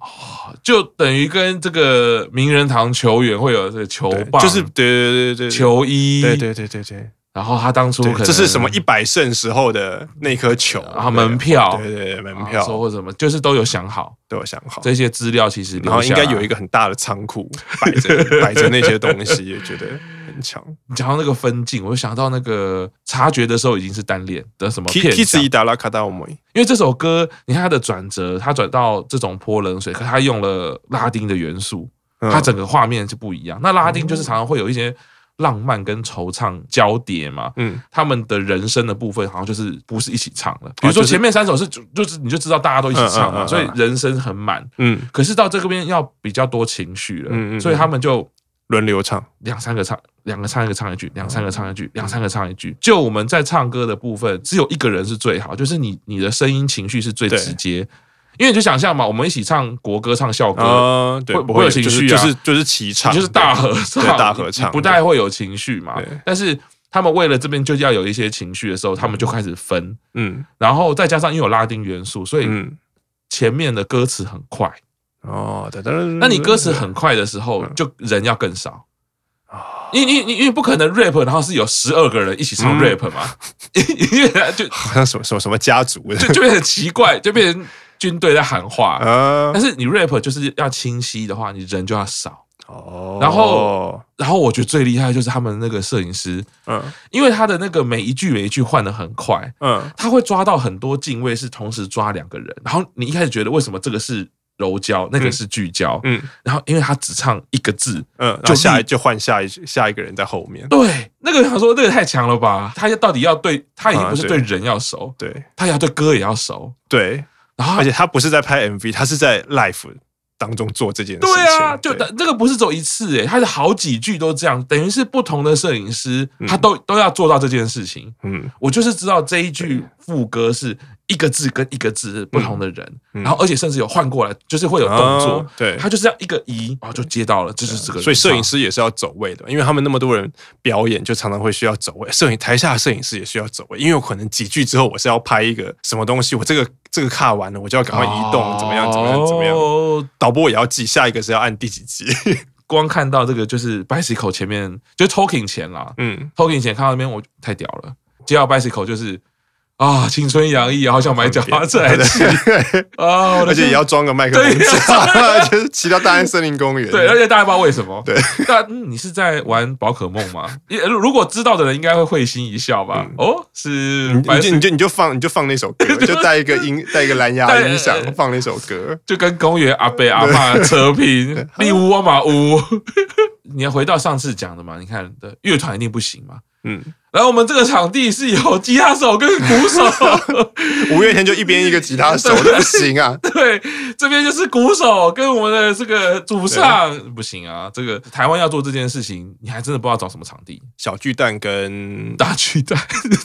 Speaker 1: 就等于跟这个名人堂球员会有这个球
Speaker 2: 对
Speaker 1: 棒，
Speaker 2: 就是对对对对对，
Speaker 1: 球衣，
Speaker 2: 对对对对对，
Speaker 1: 然后他当初
Speaker 2: 对
Speaker 1: 可能
Speaker 2: 这是什么一百胜时候的那颗球
Speaker 1: 啊门票
Speaker 2: 对对对，门
Speaker 1: 啊
Speaker 2: 票
Speaker 1: 说或什么，就是都有想好
Speaker 2: 都有想好，
Speaker 1: 这些资料，其实
Speaker 2: 然后应该有一
Speaker 1: 个
Speaker 2: 个很大的仓库 摆 着摆着那些东西，也觉得很强。
Speaker 1: 讲到那个分镜，我就想到那个察觉的时候已经是单恋的什么
Speaker 2: k
Speaker 1: 片
Speaker 2: i
Speaker 1: 场
Speaker 2: s 伊达拉卡达我们
Speaker 1: 因为这首歌，你看它的转折，它转到这种泼冷水，可它用了拉丁的元素，
Speaker 2: 嗯哦
Speaker 1: 它整个画面就不一样。那拉丁就是常常会有一些浪漫跟惆怅交叠嘛，
Speaker 2: 嗯，
Speaker 1: 他们的人生的部分好像就是不是一起唱了。比如说
Speaker 2: 哦就是
Speaker 1: 前面三首是就就是你就知道大家都一起唱
Speaker 2: 嗯嗯嗯嗯
Speaker 1: 嘛，所以人生很满。
Speaker 2: 嗯，
Speaker 1: 可是到这边要比较多情绪
Speaker 2: 嗯嗯嗯
Speaker 1: 了，所以他们就
Speaker 2: 轮流唱，
Speaker 1: 两三个唱，两个唱一个唱一句，两三个唱一句，两三个唱一句。就我们在唱歌的部分，只有一个人是最好，就是你你的声音情绪是最
Speaker 2: 对
Speaker 1: 直接，因为你就想象嘛，我们一起唱国歌、唱校歌，
Speaker 2: 啊，对，
Speaker 1: 会
Speaker 2: 不
Speaker 1: 会
Speaker 2: 会
Speaker 1: 有情绪
Speaker 2: 就
Speaker 1: 啊
Speaker 2: 是就是齐
Speaker 1: 你
Speaker 2: 唱，
Speaker 1: 就是大合唱，
Speaker 2: 对大合
Speaker 1: 你
Speaker 2: 唱，
Speaker 1: 你不太会有情绪嘛
Speaker 2: 对。
Speaker 1: 但是他们为了这边就要有一些情绪的时候，他们就开始分，
Speaker 2: 嗯
Speaker 1: 然后再加上因为有拉丁元素，所以
Speaker 2: 嗯。
Speaker 1: 前面的歌词很快。
Speaker 2: 哦，对
Speaker 1: 那你歌
Speaker 2: 嗯
Speaker 1: 词很快的时候，就人要更少。因为因为因为因为不可能 rap，然后是有十二个人一起唱
Speaker 2: 哦嗯
Speaker 1: rap 嘛， 因为啊就
Speaker 2: 好像什么什么什么家族的
Speaker 1: 就就变得很奇怪，就变成军队在喊话。
Speaker 2: 啊
Speaker 1: 但是你 rap 就是要清晰的话，你人就要少。
Speaker 2: 哦
Speaker 1: 然后然后我觉得最厉害的就是他们那个摄影师，
Speaker 2: 嗯
Speaker 1: 因为他的那个每一句每一句换的很快，
Speaker 2: 嗯
Speaker 1: 他会抓到很多镜位是同时抓两个人，然后你一开始觉得为什么这个是柔焦，那个是聚焦，
Speaker 2: 嗯
Speaker 1: 然后因为他只唱一个字，
Speaker 2: 嗯，然后
Speaker 1: 就
Speaker 2: 下
Speaker 1: 立
Speaker 2: 就换下一下一个人在后面，
Speaker 1: 对，那个想说那个太强了吧？他到底要对他已经不
Speaker 2: 啊
Speaker 1: 是对
Speaker 2: 对
Speaker 1: 人要熟，
Speaker 2: 对
Speaker 1: 他也要对歌也要熟，
Speaker 2: 对，
Speaker 1: 然后
Speaker 2: 而且他不是在拍 MV，他是在 live 当中做这件事情。
Speaker 1: 对啊，就
Speaker 2: 对
Speaker 1: 那个不是走一次欸诶、他是好几句都这样，等于是不同的摄影师，他都都要做到这件事情。
Speaker 2: 嗯
Speaker 1: 我就是知道这一句副歌是一个字跟一个字不同的人，
Speaker 2: 嗯
Speaker 1: 然后而且甚至有换过来，就是会有动作
Speaker 2: 啊，对
Speaker 1: 他就是要一个移，然后就接到了，这就是这个。
Speaker 2: 所以摄影。师也是要走位的，因为他们那么多人表演，就常常会需要走位。摄影台下的摄影师也需要走位，因为有可能几句之后我是要拍一个什么东西，我这个这个卡完了，我就要赶快移动，怎么样怎么样怎么样。
Speaker 1: 哦
Speaker 2: 导播也要记下一个是要按第几集，
Speaker 1: 光看到这个就是 bicycle 前面就 talking 前啦
Speaker 2: 嗯，
Speaker 1: ，talking 前看到那边我太屌了，接到 bicycle 就是啊青春洋溢啊，好想买脚踏车来 骑啊，我的
Speaker 3: 而且也要装个麦克风
Speaker 1: 对
Speaker 3: 架， 就是骑到大安森林公园。
Speaker 1: 对，而且大家不知道为什么。
Speaker 3: 对，
Speaker 1: 那、嗯、你是在玩宝可梦吗？也如果知道的人应该会会心一笑吧？哦，是
Speaker 3: 嗯你
Speaker 1: 白
Speaker 3: 就你就你就放你就放那首 歌，就带一个音带一个蓝牙音响
Speaker 1: 对
Speaker 3: 放那首歌。
Speaker 1: 就跟公园阿伯阿嬷扯平， 你屋啊嘛屋。 你要回到上次讲的嘛，你看的乐团一定不行嘛。
Speaker 2: 嗯，
Speaker 1: 然后我们这个场地是有吉他手跟鼓手，
Speaker 3: 五月天就一边一个吉他手 都不行啊，
Speaker 1: 对，这边就是鼓手跟我们的这个主唱，不行啊。这个台湾要做这件事情，你还真的不知道找什么场地，
Speaker 2: 小巨蛋跟
Speaker 1: 大巨蛋，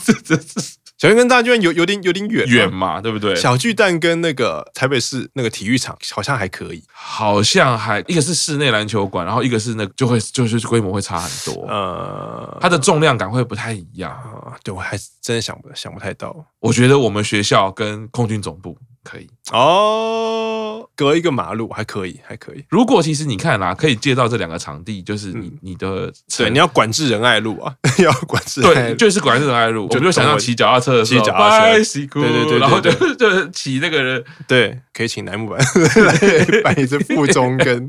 Speaker 1: 这这这
Speaker 2: 小巨蛋跟大巨蛋有有点有点远嘛
Speaker 1: 远嘛，对不对？
Speaker 2: 小巨蛋跟那个台北市那个体育场好像还可以，
Speaker 1: 好像还一个是室内篮球馆，然后一个是那个就会就是规模会差很多，
Speaker 2: 呃，
Speaker 1: 它的重量感会不太一样。
Speaker 2: 啊，对我还真的想不想不太到
Speaker 1: 我觉得我们学校跟空军总部可以。
Speaker 2: 哦，隔一个马路还可以，还可以。
Speaker 1: 如果其实你看啦、可以借到这两个场地，就是你、你的
Speaker 2: 对，
Speaker 1: 城
Speaker 2: 你要管制仁爱路啊， 要管制仁爱
Speaker 1: 对，
Speaker 2: 路。
Speaker 1: 就是果然是仁爱路，我们就想
Speaker 2: 懂
Speaker 1: 到
Speaker 2: 我
Speaker 1: 骑脚踏车的时候，
Speaker 2: 骑脚踏车
Speaker 1: bicycle，
Speaker 2: 对对对对
Speaker 1: 然后就
Speaker 2: 对
Speaker 1: 就是骑那个人，
Speaker 2: 对，可以请楠 木板
Speaker 3: 来摆一只腹中 跟。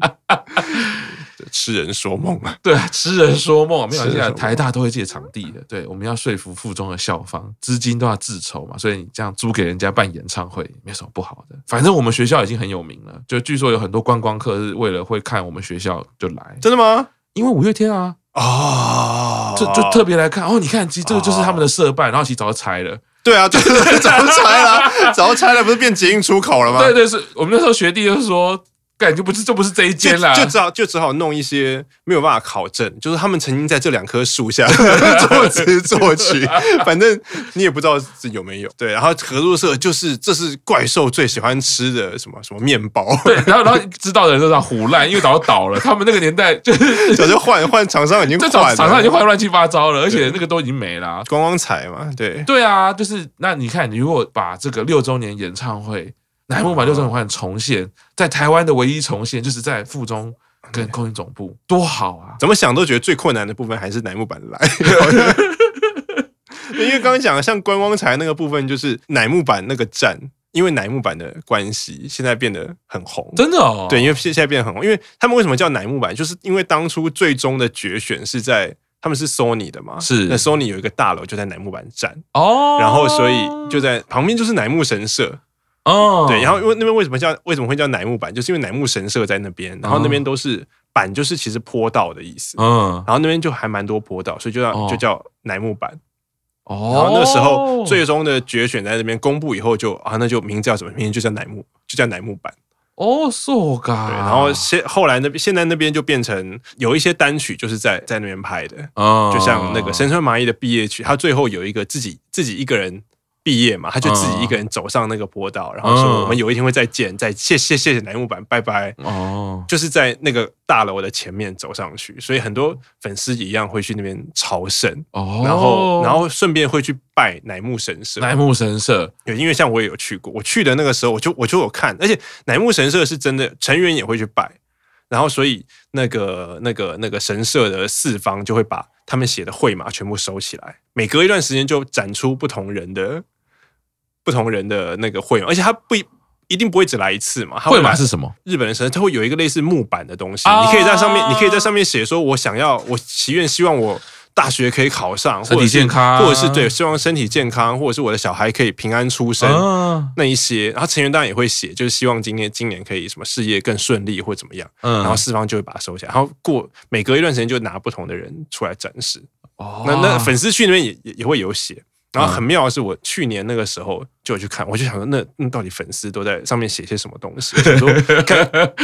Speaker 2: 痴人说梦啊。
Speaker 1: 对，痴人说梦，没有
Speaker 2: 痴人
Speaker 1: 现在
Speaker 2: 说梦
Speaker 1: 台大都会借场地的，对，我们要说服附中的校方，资金都要自筹嘛，所以你这样租给人家办演唱会没什么不好的，反正我们学校已经很有名了，就据说有很多观光客是为了会看我们学校就来，
Speaker 2: 真的吗？
Speaker 1: 因为五月天啊，
Speaker 2: 哦，
Speaker 1: 就就特别来看哦，你看，其实这个就是他们的社办，然后其实早就拆了，
Speaker 3: 对啊， 就是早就拆
Speaker 2: 啊
Speaker 3: 了，早就拆了，不是变捷运出口了吗？
Speaker 1: 对对，是我们那时候学弟就说，感觉不是，这不是这一
Speaker 2: 就
Speaker 1: 间啦，
Speaker 2: 就只好就只好弄一些没有办法考证，就是他们曾经在这两棵树下 作词作曲，反正你也不知道是有没有。对，然后合作社就是这是怪兽最喜欢吃的什么什么面包，
Speaker 1: 对，然后然后知道的人都在胡乱，因为早就倒了，他们那个年代 就是。
Speaker 2: 早就换换厂商已经
Speaker 1: 这
Speaker 2: 换
Speaker 1: 场
Speaker 2: 了，
Speaker 1: 场上已经换乱七八糟了，而且那个都已经没了啊、
Speaker 2: 观光彩嘛，对，
Speaker 1: 对啊，就是那你看，你如果把这个六周年演唱会，乃木坂六周
Speaker 2: 嗯
Speaker 1: 年会重现，在台湾的唯一重现就是在附中
Speaker 2: 嗯
Speaker 1: 跟空军总部，多好啊！
Speaker 2: 怎么想都觉得最困难的部分还是乃木坂来。 因为刚刚讲的像观光财那个部分，就是乃木坂那个站，因为乃木坂的关系，现在变得很红。
Speaker 1: 真的哦，
Speaker 2: 对，因为现现在变得很红，因为他们为什么叫乃木坂，就是因为当初最终的决选是在他们是 Sony 的嘛，
Speaker 1: 是
Speaker 2: 那 Sony 有一个大楼就在乃木坂站，
Speaker 1: 哦，
Speaker 2: 然后所以就在旁边就是乃木神社，
Speaker 1: 哦，
Speaker 2: 对，然后因为那边为什么叫为什么会叫乃木坂，就是因为乃木神社在那边，然后
Speaker 1: 哦
Speaker 2: 那边都是坂就是其实坡道的意思，
Speaker 1: 嗯
Speaker 2: 然后那边就还蛮多坡道，所以就叫、
Speaker 1: 哦
Speaker 2: 就叫乃木坂。
Speaker 1: 哦，
Speaker 2: 然后那时候最终的决选在那边公布以后就，啊，那就名字要怎么名字就叫乃木，就叫乃木坂。
Speaker 1: 哦，so 嘎，
Speaker 2: 对，然后现后来那边现在那边就变成有一些单曲就是在在那边拍的，
Speaker 1: 嗯
Speaker 2: 就像那个深川麻衣的毕业曲，他最后有一个自己自己一个人。毕业嘛，他就自己一个人走上那个坡道，然后说
Speaker 1: 嗯
Speaker 2: 我们有一天会再见，再谢谢谢谢乃木坂，拜拜。
Speaker 1: 哦，
Speaker 2: 就是在那个大楼的前面走上去，所以很多粉丝一样会去那边朝圣，
Speaker 1: 哦，
Speaker 2: 然后然后顺便会去拜乃木神社。
Speaker 1: 乃木神社
Speaker 2: 对，因为像我也有去过，我去的那个时候我就我就有看，而且乃木神社是真的成员也会去拜，然后所以那个那个那个神社的四方就会把他们写的会码全部收起来，每隔一段时间就展出不同人的不同人的那个会码，而且他不一一定不会只来一次嘛，他
Speaker 1: 会
Speaker 2: 来
Speaker 1: 马是什么？
Speaker 2: 日本的神社，它会有一个类似木板的东西，
Speaker 1: 啊
Speaker 2: 你可以在上面，你可以在上面写说，我想要，我祈愿，希望我大学可以考上，
Speaker 1: 身体
Speaker 2: 或者是
Speaker 1: 健康
Speaker 2: 或者是对，希望身体健康，或者是我的小孩可以平安出生。
Speaker 1: 嗯
Speaker 2: 那一些，然后成员当然也会写，就是希望今年今年可以什么事业更顺利或怎么样，
Speaker 1: 嗯，
Speaker 2: 然后四方就会把它收起来，然后过每隔一段时间就拿不同的人出来展示。
Speaker 1: 哦嗯
Speaker 2: 那那粉丝去那边也也也会有写。然后很妙的是，我去年那个时候就有去看，我就想说那，那到底粉丝都在上面写些什么东西？我想说 该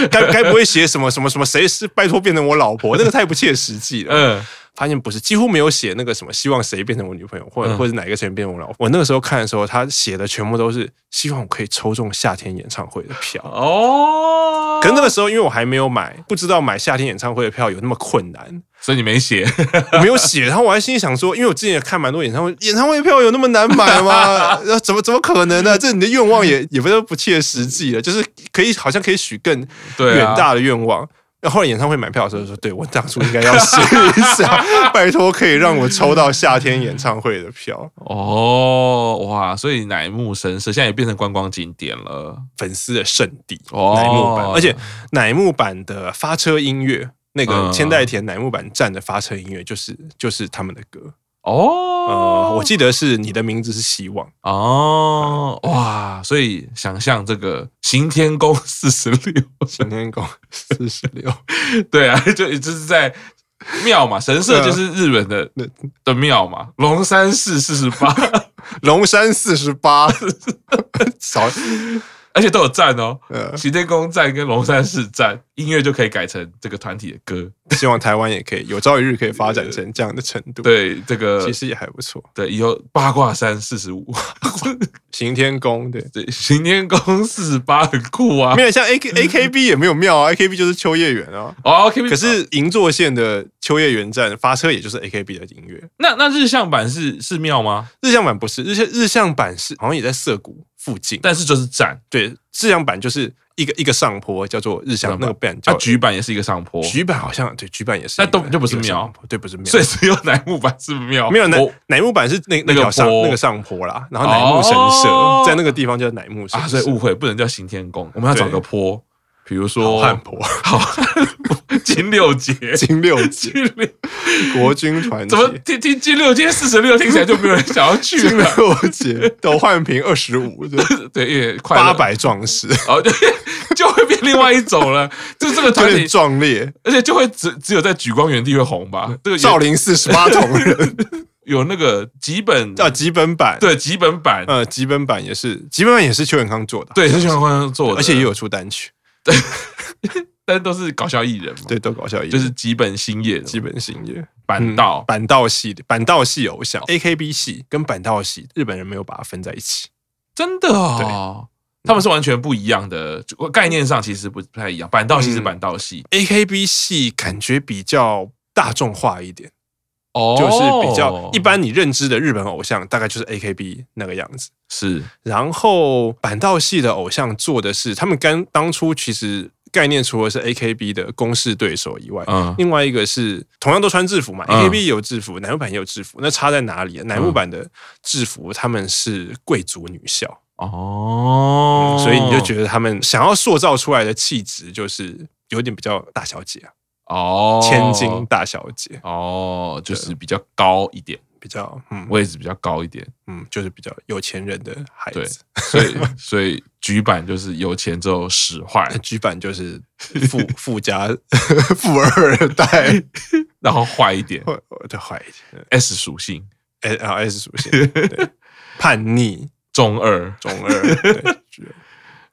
Speaker 2: 该该不会写什么什么什么谁是拜托变成我老 婆？那个太不切实际了。
Speaker 1: 嗯。
Speaker 2: 发现不是，几乎没有写那个什么希望谁变成我女朋友，或者
Speaker 1: 嗯
Speaker 2: 或者哪一个成员变成我老婆。我那个时候看的时候，他写的全部都是希望我可以抽中夏天演唱会的票。
Speaker 1: 哦，
Speaker 2: 可是那个时候，因为我还没有买，不知道买夏天演唱会的票有那么困难，
Speaker 1: 所以你没 写，
Speaker 2: 我没有写，然后我还心里想说，因为我之前也看蛮多演唱会，演唱会票有那么难 买吗？呃怎么怎么可能呢、
Speaker 1: 嗯
Speaker 2: 这你的愿望也也不是不切实际了，就是可以好像可以许更
Speaker 1: 对啊
Speaker 2: 远大的愿望。那后来演唱会买票的时候说，对我当初应该要试一 下，
Speaker 3: 拜托可以让我抽到夏天演唱会的票。
Speaker 1: 哦，哇，所以乃木神社现在也变成观光景点了。
Speaker 2: 粉丝的圣地
Speaker 1: 哦
Speaker 2: 乃木坂，而且乃木坂的发车音乐，那个
Speaker 1: 嗯
Speaker 2: 千代田乃木坂站的发车音乐就是就是他们的歌。呃，
Speaker 1: 哦，
Speaker 2: 我记得是你的名字是希望，
Speaker 1: 哦，哇，所以想象这个行天宫四十六，
Speaker 2: 擎天宫四十六，
Speaker 1: 对啊，就就是在庙嘛，神
Speaker 2: 嗯
Speaker 1: 社就是日本的
Speaker 2: 对
Speaker 1: 的庙嘛，龙山寺四十八，
Speaker 3: 龙山四十 八，少
Speaker 1: 而且都有站哦，
Speaker 2: 嗯
Speaker 3: 呃，
Speaker 1: 行天宫站跟龙山寺站，音乐就可以改成这个团体的歌。
Speaker 2: 希望台湾也可以有朝一日可以发展成这样的程度。，
Speaker 1: 对，这个
Speaker 2: 其实也还不错。
Speaker 1: 对，以后八卦山四十五，
Speaker 2: 行天宫对，
Speaker 1: 对，行天宫四十八很酷啊
Speaker 3: 没。有像 A K A K B 也没有妙啊，A K B 就是秋叶原啊。
Speaker 1: 哦，OK，
Speaker 2: 可是银座线的秋叶原站发车也就是 A K B 的音乐。
Speaker 1: 那那日向版是是庙吗？
Speaker 2: 日向版不是日向日向版是好像也在涩谷附近，
Speaker 1: 但是就是站，
Speaker 2: 对，日向版就是一个一个上坡叫做日向，那个版
Speaker 1: 它
Speaker 2: 叫
Speaker 1: 啊举版也是一个上坡，
Speaker 2: 菊版好像对菊版也是一
Speaker 1: 那
Speaker 2: 个，
Speaker 1: 都就不是
Speaker 2: 一个上
Speaker 1: 庙
Speaker 2: 坡，对，不是庙，
Speaker 1: 所以只有乃木坂是庙，
Speaker 2: 没有乃
Speaker 1: 哦
Speaker 2: 乃木坂是那
Speaker 1: 那
Speaker 2: 那
Speaker 1: 个
Speaker 2: 条上
Speaker 1: 坡
Speaker 2: 那个上坡啦，然后乃木神
Speaker 1: 哦
Speaker 2: 社在那个地方叫乃木神
Speaker 1: 啊，所以
Speaker 2: 社，
Speaker 1: 误会不能叫行天宫，我们要找个坡，比如
Speaker 2: 好
Speaker 1: 说
Speaker 2: 汉坡
Speaker 1: 好汉坡 金六节，
Speaker 3: 金六
Speaker 1: 金
Speaker 3: 节
Speaker 1: 六
Speaker 3: 国军团
Speaker 1: 怎么
Speaker 3: 结，
Speaker 1: 听听金六街四十六听起来就没有人想要去
Speaker 3: 金
Speaker 1: 了？
Speaker 3: 六节斗焕平二十 五，对
Speaker 1: 对，也快乐
Speaker 2: 八，百壮士
Speaker 1: 哦，对，就会变另外一种了， 就这个团
Speaker 3: 有
Speaker 1: 体
Speaker 3: 点，壮烈。
Speaker 1: 而且就会只只有在举光原地会红吧？这个
Speaker 3: 少
Speaker 1: 有
Speaker 3: 林寺十八铜 人
Speaker 1: 有那个几本
Speaker 2: 叫啊吉本版，，
Speaker 1: 对几本版，
Speaker 2: 呃，吉本版也是吉本版也是邱永康做的，
Speaker 1: 对，是喜欢观众做的，
Speaker 2: 而且也有出单曲，
Speaker 1: 但都是搞笑艺人嘛，
Speaker 2: 对，都搞笑艺人，
Speaker 1: 就是几本星野的
Speaker 2: 基本型也
Speaker 1: 板道，
Speaker 2: 板道系的板道系偶像 A K B 系跟板道系，日本人没有把它分在一起。
Speaker 1: 真的哦。他们是完全不一样的，就概念上其实不太一样。板道系是板道系，
Speaker 2: A K B 系感觉比较大众化一点，
Speaker 1: 哦
Speaker 2: 就是比较一般你认知的日本偶像大概就是 A K B 那个样子。
Speaker 1: 是
Speaker 2: 然后板道系的偶像做的是，他们刚当初其实概念除了是 A K B 的公式对手以外，
Speaker 1: 嗯
Speaker 2: 另外一个是同样都穿制服嘛
Speaker 1: 嗯
Speaker 2: ，A K B 也有制服，乃木坂也有制服，那差在哪里？乃木坂的制服他们是贵族女校。
Speaker 1: 哦
Speaker 2: 嗯，所以你就觉
Speaker 1: 得
Speaker 2: 得他们想要塑造出来的气质，就是有点比较大小姐、啊，
Speaker 1: 哦
Speaker 2: 千金大小姐，
Speaker 1: 哦，就是比较高一点，
Speaker 2: 比较嗯
Speaker 1: 位置比较高一点，
Speaker 2: 嗯，就是比较有钱人的孩
Speaker 1: 对
Speaker 2: 子。，
Speaker 1: 所以所以举板就是有钱之后使坏
Speaker 2: 那，举版 就是富富家，
Speaker 3: 富二代，
Speaker 1: 然后坏一 点
Speaker 2: 会对坏一点
Speaker 1: ，S 属性
Speaker 2: ，S S 属性，对 叛逆
Speaker 1: 中二，
Speaker 2: 中二，对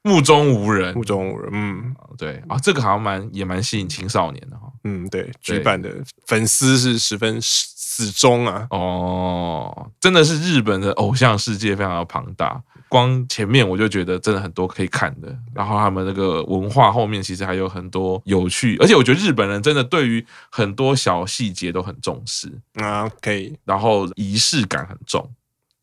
Speaker 1: 目中无人
Speaker 2: 目，中无人，嗯
Speaker 1: 对啊，这个好像蛮也蛮吸引青少年的哈。
Speaker 2: 嗯，对，举版的粉丝是十分死忠啊，
Speaker 1: 哦，真的是日本的偶像世界非常的庞大，光前面我就觉得真的很多可以看的，然后他们那个文化后面其实还有很多有趣，而且我觉得日本人真的对于很多小细节都很重视，
Speaker 2: 啊，可以
Speaker 1: 然后仪式感很重。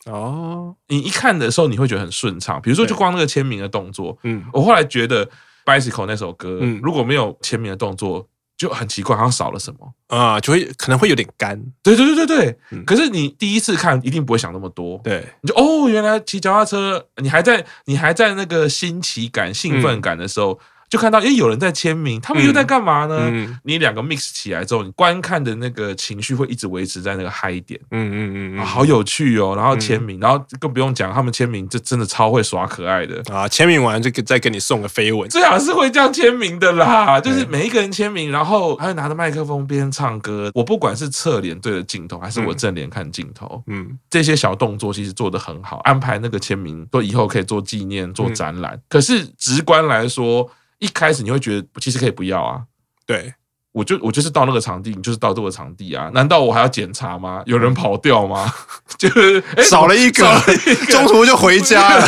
Speaker 2: 哦，
Speaker 1: 你一看的时候，你会觉得很顺畅。比如说，
Speaker 2: 对
Speaker 1: 就光那个签名的动作，
Speaker 2: 嗯，
Speaker 1: 我后来觉得《Bicycle》那首歌，
Speaker 2: 嗯
Speaker 1: 如果没有签名的动作，就很奇怪，好像少了什么。
Speaker 2: 啊，就会可能会有点干，
Speaker 1: 对对对对对，
Speaker 2: 嗯
Speaker 1: 可是你第一次看一定不会想那么多，
Speaker 2: 对，
Speaker 1: 你就哦，原来骑脚踏车，你还在你还在那个新奇感、兴奋感的时候，就看到诶有人在签名，他们又在干嘛呢？
Speaker 2: 嗯。
Speaker 1: 你两个 mix 起来之后，你观看的那个情绪会一直维持在那个嗨点、
Speaker 2: 嗯嗯嗯，
Speaker 1: 啊，
Speaker 2: 嗯，
Speaker 1: 好有趣哦。然后签名，然后更不用讲，他们签名就真的超会耍可爱的，
Speaker 2: 啊！签名完就给再给你送个飞吻，
Speaker 1: 最好是会这样签名的啦，就是
Speaker 2: 对
Speaker 1: 每一个人签名，然后还会拿着麦克风边唱歌。我不管是侧脸对着镜头，还是我正脸看镜头，
Speaker 2: 嗯，
Speaker 1: 这些小动作其实做得很好，安排那个签名，说以后可以做纪念、
Speaker 3: 嗯
Speaker 1: 做展览。可是直观来说，一开始你会觉得其实可以不要啊，
Speaker 2: 对，
Speaker 1: 我就我就是到那个场地，你就是到这个场地啊，难道我还要检查吗？有人跑掉吗？ 就是、诶
Speaker 3: 少了一个
Speaker 1: 少了一，个
Speaker 3: 中途就回 家了，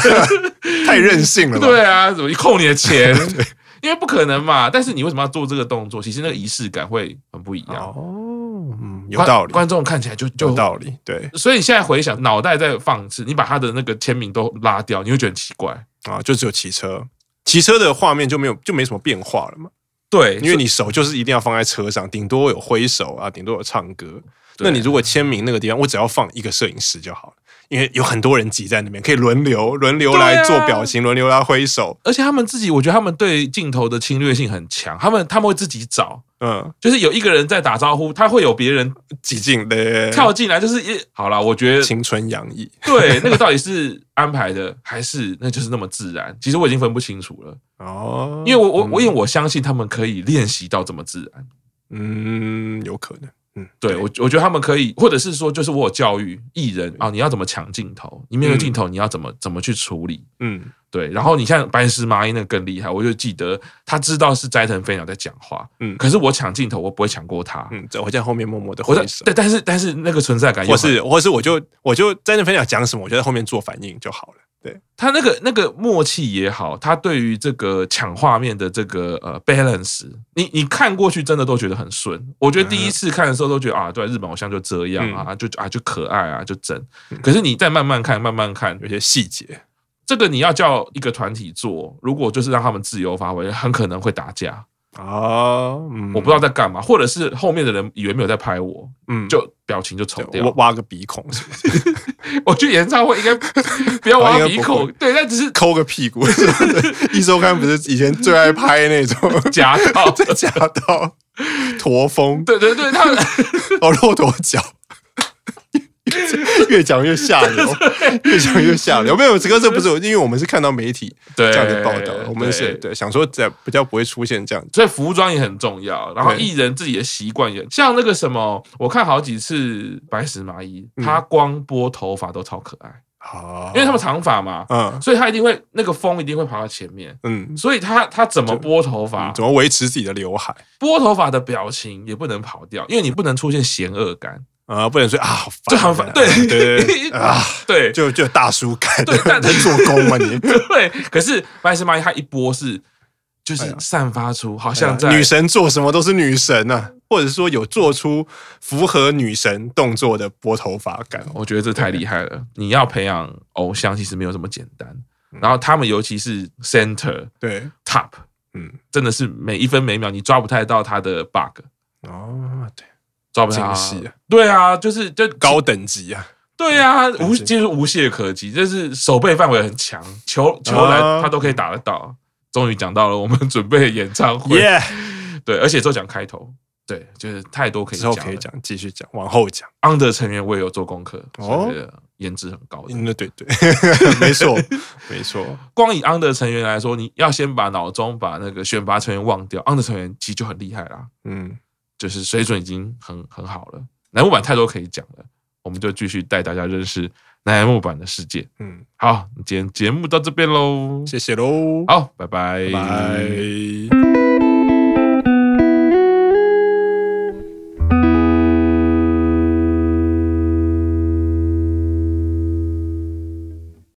Speaker 3: 太任性了吧？
Speaker 1: 对啊，怎么一扣你的 钱？因为不可能嘛，但是你为什么要做这个动作？其实那个仪式感会很不一样，
Speaker 2: 哦，嗯，有
Speaker 1: 观
Speaker 2: 道理，
Speaker 1: 观众看起来就就
Speaker 2: 有道理，对
Speaker 1: 所以现在回想，脑袋在放置，你把他的那个签名都拉掉，你会觉得很奇怪。
Speaker 2: 啊，就只有骑车，骑车的画面就没有就没什么变化了嘛，
Speaker 1: 对，
Speaker 2: 因为你手就是一定要放在车上，顶多有挥手啊，顶多有唱歌。那你如果签名那个地方，我只要放一个摄影师就好了，因为有很多人挤在那边，可以轮流轮流来做表
Speaker 1: 啊
Speaker 2: 情，轮流来挥手。
Speaker 1: 而且他们自己，我觉得他们对镜头的侵略性很强，他们他们会自己找，
Speaker 2: 嗯，
Speaker 1: 就是有一个人在打招呼，他会有别人
Speaker 2: 挤进的
Speaker 1: 跳进来，就是一好啦，我觉得
Speaker 2: 青春洋溢。
Speaker 1: 对，那个到底是安排的，还是那就是那么自然？其实我已经分不清楚了，
Speaker 2: 哦，
Speaker 1: 因为我我我因为我相信他们可以练习到这么自然。
Speaker 2: 嗯，有可能。嗯，
Speaker 1: 对我，我觉得他们可以，或者是说，就是我有教育艺人啊，你要怎么抢镜头，你没有镜头，你要怎么怎么去处理。
Speaker 2: 嗯，
Speaker 1: 对，然后你像白石麻衣那个更厉害，我就记得他知道是斋藤飞鸟在讲话，
Speaker 2: 嗯
Speaker 1: 可是我抢镜头，我不会抢过他，
Speaker 2: 嗯，这我在后面默默的
Speaker 1: 我
Speaker 2: 挥
Speaker 1: 在
Speaker 2: 手，
Speaker 1: 对，但是但是那个存在感又
Speaker 2: 或
Speaker 1: 很，
Speaker 2: 是或是我就我就在那分享讲什么，我就在后面做反应就好了。对，
Speaker 1: 他那个那个默契也好，他对于这个抢画面的这个呃 balance，你你看过去真的都觉得很顺。我觉得第一次看的时候都觉得啊，对，日本偶像就这样
Speaker 2: 嗯
Speaker 1: 啊，就啊就可爱啊，就整。可是你再慢慢看，慢慢看，
Speaker 2: 有些细节，
Speaker 1: 这个你要叫一个团体做，如果就是让他们自由发挥，很可能会打架。
Speaker 2: 哦，嗯，
Speaker 1: 我不知道在干嘛，或者是后面的人以为没有在拍我，
Speaker 2: 嗯，
Speaker 1: 就表情就丑
Speaker 2: 对
Speaker 1: 掉
Speaker 2: 挖。挖个鼻孔什么 的，
Speaker 1: 我去演唱会应该不要挖
Speaker 2: 哦应该
Speaker 1: 鼻
Speaker 2: 不
Speaker 1: 孔
Speaker 2: 会，
Speaker 1: 对，但只是
Speaker 3: 抠个屁股，一周刊不是以前最爱拍那种
Speaker 1: 假 到。
Speaker 2: 哦
Speaker 3: 在夹到哦驼峰
Speaker 1: 对对对，他们。
Speaker 3: 哦骆驼脚， 越讲越下流，越讲越下流。没有，这个这不是我，因为我们是看到媒体
Speaker 1: 对
Speaker 3: 这样的报道，
Speaker 2: 哎
Speaker 3: 我们是
Speaker 1: 对
Speaker 3: 对想说在比较不会出现这样。
Speaker 1: 所以服装也很重要，然后
Speaker 3: 对
Speaker 1: 艺人自己的习惯也像那个什么，我看好几次白石麻衣，
Speaker 3: 嗯
Speaker 1: 她光拨头发都超可爱，
Speaker 3: 哦
Speaker 2: 好，
Speaker 1: 因为他们长发嘛，
Speaker 2: 嗯
Speaker 1: 所以她一定会那个风一定会跑到前面，
Speaker 2: 嗯
Speaker 1: 所以她她怎么拨头发
Speaker 2: 嗯，怎么维持自己的刘海
Speaker 1: 拨头发的表情也不能跑掉，因为你不能出现嫌恶感，
Speaker 2: 啊？不能说啊，好烦
Speaker 1: 就很烦，对
Speaker 2: 对对 对啊，
Speaker 1: 对
Speaker 2: 就就大叔感，
Speaker 1: 对但
Speaker 2: 能做工吗你？
Speaker 1: 对，可是白石麻衣她一拨是
Speaker 3: 哎
Speaker 1: 就是散发出好像在
Speaker 2: 女神做什么都是女神呐、啊，或者说有做出符合女神动作的拨头发哦感。
Speaker 1: 我觉得这太厉害了。你要培养偶像，其实没有这么简单。
Speaker 2: 嗯
Speaker 1: 然后他们尤其是 center
Speaker 2: 对，
Speaker 1: top，
Speaker 2: 嗯，
Speaker 1: 真的是每一分每秒你抓不太到他的 bug，
Speaker 2: 哦，对，
Speaker 1: 抓不太到
Speaker 2: 精细啊。
Speaker 1: 对啊，就是就
Speaker 2: 高等级啊，
Speaker 1: 对啊，无
Speaker 2: 精
Speaker 1: 就是无懈可击，就是手背范围很强，球球来
Speaker 2: 啊
Speaker 1: 他都可以打得到。终于讲到了我们准备的演唱会
Speaker 2: 耶、
Speaker 1: 对，而且就讲开头，对，就是太多可以
Speaker 2: 之
Speaker 1: 讲
Speaker 2: 后
Speaker 1: 了。
Speaker 2: 可以讲，继续讲，往后讲。
Speaker 1: under 成员我也有做功课，
Speaker 2: 哦
Speaker 1: 所以颜值很高的。
Speaker 2: 嗯，对对， 没错，没错，
Speaker 1: 光以 under 成员来说，你要先把脑中把那个选拔成员忘掉，under 成员其实就很厉害啦，
Speaker 2: 嗯，
Speaker 1: 就是水准已经很很好了。乃木坂太多可以讲了，我们就继续带大家认识乃木坂的世界。
Speaker 2: 嗯，
Speaker 1: 好，今天节目到这边喽，
Speaker 2: 谢谢喽，
Speaker 1: 好，拜拜，
Speaker 2: 拜拜。